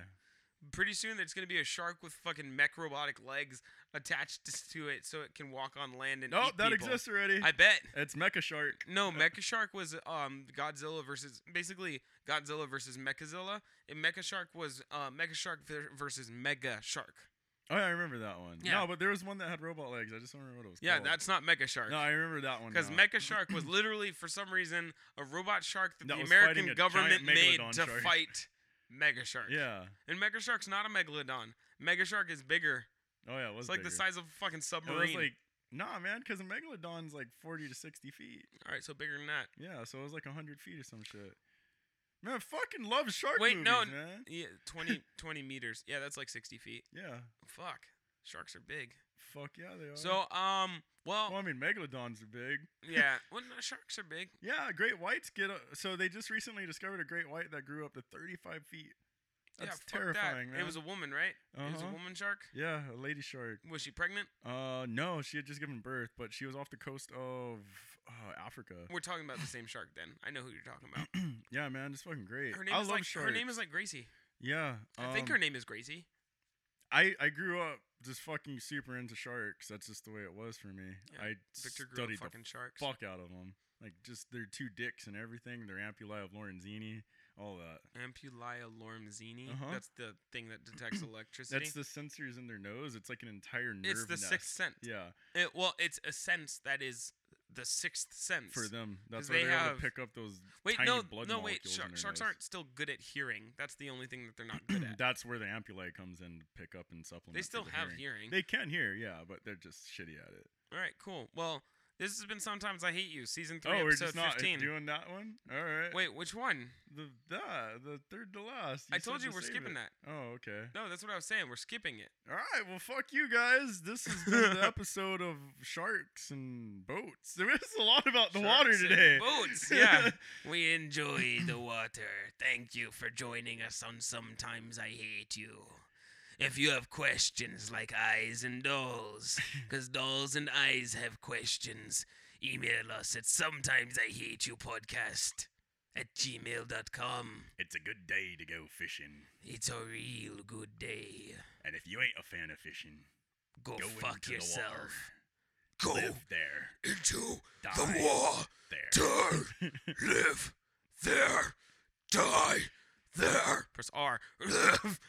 [SPEAKER 2] Pretty soon, there's gonna be a shark with fucking mech robotic legs attached to- to it, so it can walk on land and
[SPEAKER 3] No,
[SPEAKER 2] eat
[SPEAKER 3] Oh, that
[SPEAKER 2] people.
[SPEAKER 3] exists already.
[SPEAKER 2] I bet.
[SPEAKER 3] it's Mecha Shark.
[SPEAKER 2] No, Mecha Shark was um Godzilla versus basically Godzilla versus Mechazilla, and Mecha Shark was uh Mecha Shark ver- versus Mega Shark.
[SPEAKER 3] Oh, yeah, I remember that one.
[SPEAKER 2] Yeah.
[SPEAKER 3] No, but there was one that had robot legs. I just don't remember what it was
[SPEAKER 2] Yeah,
[SPEAKER 3] called.
[SPEAKER 2] that's not Mega Shark.
[SPEAKER 3] Oh. No, I remember that one.
[SPEAKER 2] Because
[SPEAKER 3] now.
[SPEAKER 2] Mecha Shark was literally, for some reason, a robot shark that,
[SPEAKER 3] That
[SPEAKER 2] the
[SPEAKER 3] was fighting
[SPEAKER 2] American
[SPEAKER 3] a
[SPEAKER 2] government
[SPEAKER 3] giant
[SPEAKER 2] made
[SPEAKER 3] megalodon
[SPEAKER 2] to
[SPEAKER 3] shark.
[SPEAKER 2] fight Mega Shark.
[SPEAKER 3] Yeah.
[SPEAKER 2] And Mega Shark's not a megalodon. Mega Shark is bigger.
[SPEAKER 3] Oh yeah, it was
[SPEAKER 2] It's like
[SPEAKER 3] bigger.
[SPEAKER 2] the size of a fucking
[SPEAKER 3] It was
[SPEAKER 2] submarine.
[SPEAKER 3] like nah, man, because a megalodon's like forty to sixty feet.
[SPEAKER 2] All right, so bigger than that.
[SPEAKER 3] Yeah, so it was like hundred feet or some shit. Man, I fucking love shark
[SPEAKER 2] Wait,
[SPEAKER 3] movies,
[SPEAKER 2] no, n-
[SPEAKER 3] man.
[SPEAKER 2] Yeah, 20, 20 meters. Yeah, that's like 60 feet.
[SPEAKER 3] Yeah.
[SPEAKER 2] Fuck. Sharks are big.
[SPEAKER 3] Fuck yeah, they are.
[SPEAKER 2] So, um,
[SPEAKER 3] well,
[SPEAKER 2] well,
[SPEAKER 3] I mean, megalodons are big.
[SPEAKER 2] yeah. Well, no, sharks are big.
[SPEAKER 3] Yeah, great whites get a, so they just recently discovered a great white that grew up to 35 feet.
[SPEAKER 2] Yeah,
[SPEAKER 3] That's
[SPEAKER 2] fuck that.
[SPEAKER 3] terrifying, man.
[SPEAKER 2] It was a woman, right? It was a
[SPEAKER 3] Uh-huh.
[SPEAKER 2] woman shark.
[SPEAKER 3] yeah, a lady shark.
[SPEAKER 2] Was she pregnant?
[SPEAKER 3] Uh, no, she had just given birth, but she was off the coast of uh, Africa.
[SPEAKER 2] We're talking about the same shark then. I know who you're talking about.
[SPEAKER 3] yeah, man, it's fucking great.
[SPEAKER 2] Her name
[SPEAKER 3] I
[SPEAKER 2] is
[SPEAKER 3] love
[SPEAKER 2] like
[SPEAKER 3] sharks.
[SPEAKER 2] her name is like Gracie.
[SPEAKER 3] yeah.
[SPEAKER 2] I think
[SPEAKER 3] um,
[SPEAKER 2] her name is Gracie.
[SPEAKER 3] I I grew up just fucking super into sharks. That's just the way it was for me.
[SPEAKER 2] Yeah,
[SPEAKER 3] I
[SPEAKER 2] Victor grew up
[SPEAKER 3] studied the
[SPEAKER 2] fucking sharks.
[SPEAKER 3] fuck out of them. Like just their two dicks and everything. Their ampullae of Lorenzini, all that.
[SPEAKER 2] Ampullaria lormzini.
[SPEAKER 3] Uh-huh.
[SPEAKER 2] That's the thing that detects electricity.
[SPEAKER 3] That's the sensors in their nose. It's like an entire nerve.
[SPEAKER 2] it's the
[SPEAKER 3] nest.
[SPEAKER 2] sixth sense.
[SPEAKER 3] Yeah.
[SPEAKER 2] It- well, it's a sense that is the sixth sense.
[SPEAKER 3] for them. That's
[SPEAKER 2] 'Cause
[SPEAKER 3] why
[SPEAKER 2] they
[SPEAKER 3] they are able
[SPEAKER 2] have-
[SPEAKER 3] to pick up those.
[SPEAKER 2] wait,
[SPEAKER 3] tiny
[SPEAKER 2] no,
[SPEAKER 3] blood
[SPEAKER 2] no, wait.
[SPEAKER 3] molecules in
[SPEAKER 2] Shark,
[SPEAKER 3] their
[SPEAKER 2] sharks
[SPEAKER 3] nose.
[SPEAKER 2] aren't still good at hearing. That's the only thing that they're not good at.
[SPEAKER 3] That's where the ampullae comes in to pick up and supplement.
[SPEAKER 2] they
[SPEAKER 3] for
[SPEAKER 2] still
[SPEAKER 3] the
[SPEAKER 2] have
[SPEAKER 3] hearing.
[SPEAKER 2] hearing.
[SPEAKER 3] They can hear, yeah, but they're just shitty at it.
[SPEAKER 2] All right, cool. Well, this has been sometimes I hate you, season three,
[SPEAKER 3] oh, we're
[SPEAKER 2] episode
[SPEAKER 3] just not
[SPEAKER 2] fifteen.
[SPEAKER 3] doing that one. All right.
[SPEAKER 2] Wait, which one?
[SPEAKER 3] the the, the third to last.
[SPEAKER 2] I told
[SPEAKER 3] said
[SPEAKER 2] you
[SPEAKER 3] to
[SPEAKER 2] we're
[SPEAKER 3] save
[SPEAKER 2] skipping
[SPEAKER 3] it.
[SPEAKER 2] that.
[SPEAKER 3] Oh, okay.
[SPEAKER 2] No, that's what I was saying. We're skipping it.
[SPEAKER 3] All right. Well, fuck you guys. This has been the episode of sharks and boats. There is a lot about the water
[SPEAKER 2] Sharks and
[SPEAKER 3] today.
[SPEAKER 2] Boats, yeah.
[SPEAKER 1] We enjoy the water. Thank you for joining us on Sometimes I Hate You. If you have questions like eyes and dolls, because dolls and eyes have questions, email us at Sometimes I Hate You podcast at gmail.com.
[SPEAKER 3] it's a good day to go fishing,
[SPEAKER 1] It's a real good day.
[SPEAKER 3] and if you ain't a fan of fishing,
[SPEAKER 1] Go,
[SPEAKER 3] go
[SPEAKER 1] fuck
[SPEAKER 3] into
[SPEAKER 1] yourself.
[SPEAKER 3] the
[SPEAKER 1] Go
[SPEAKER 3] water. Live there.
[SPEAKER 1] into
[SPEAKER 3] Die.
[SPEAKER 1] the
[SPEAKER 3] there.
[SPEAKER 1] water. Live there. Die there.
[SPEAKER 2] Press R.
[SPEAKER 1] Live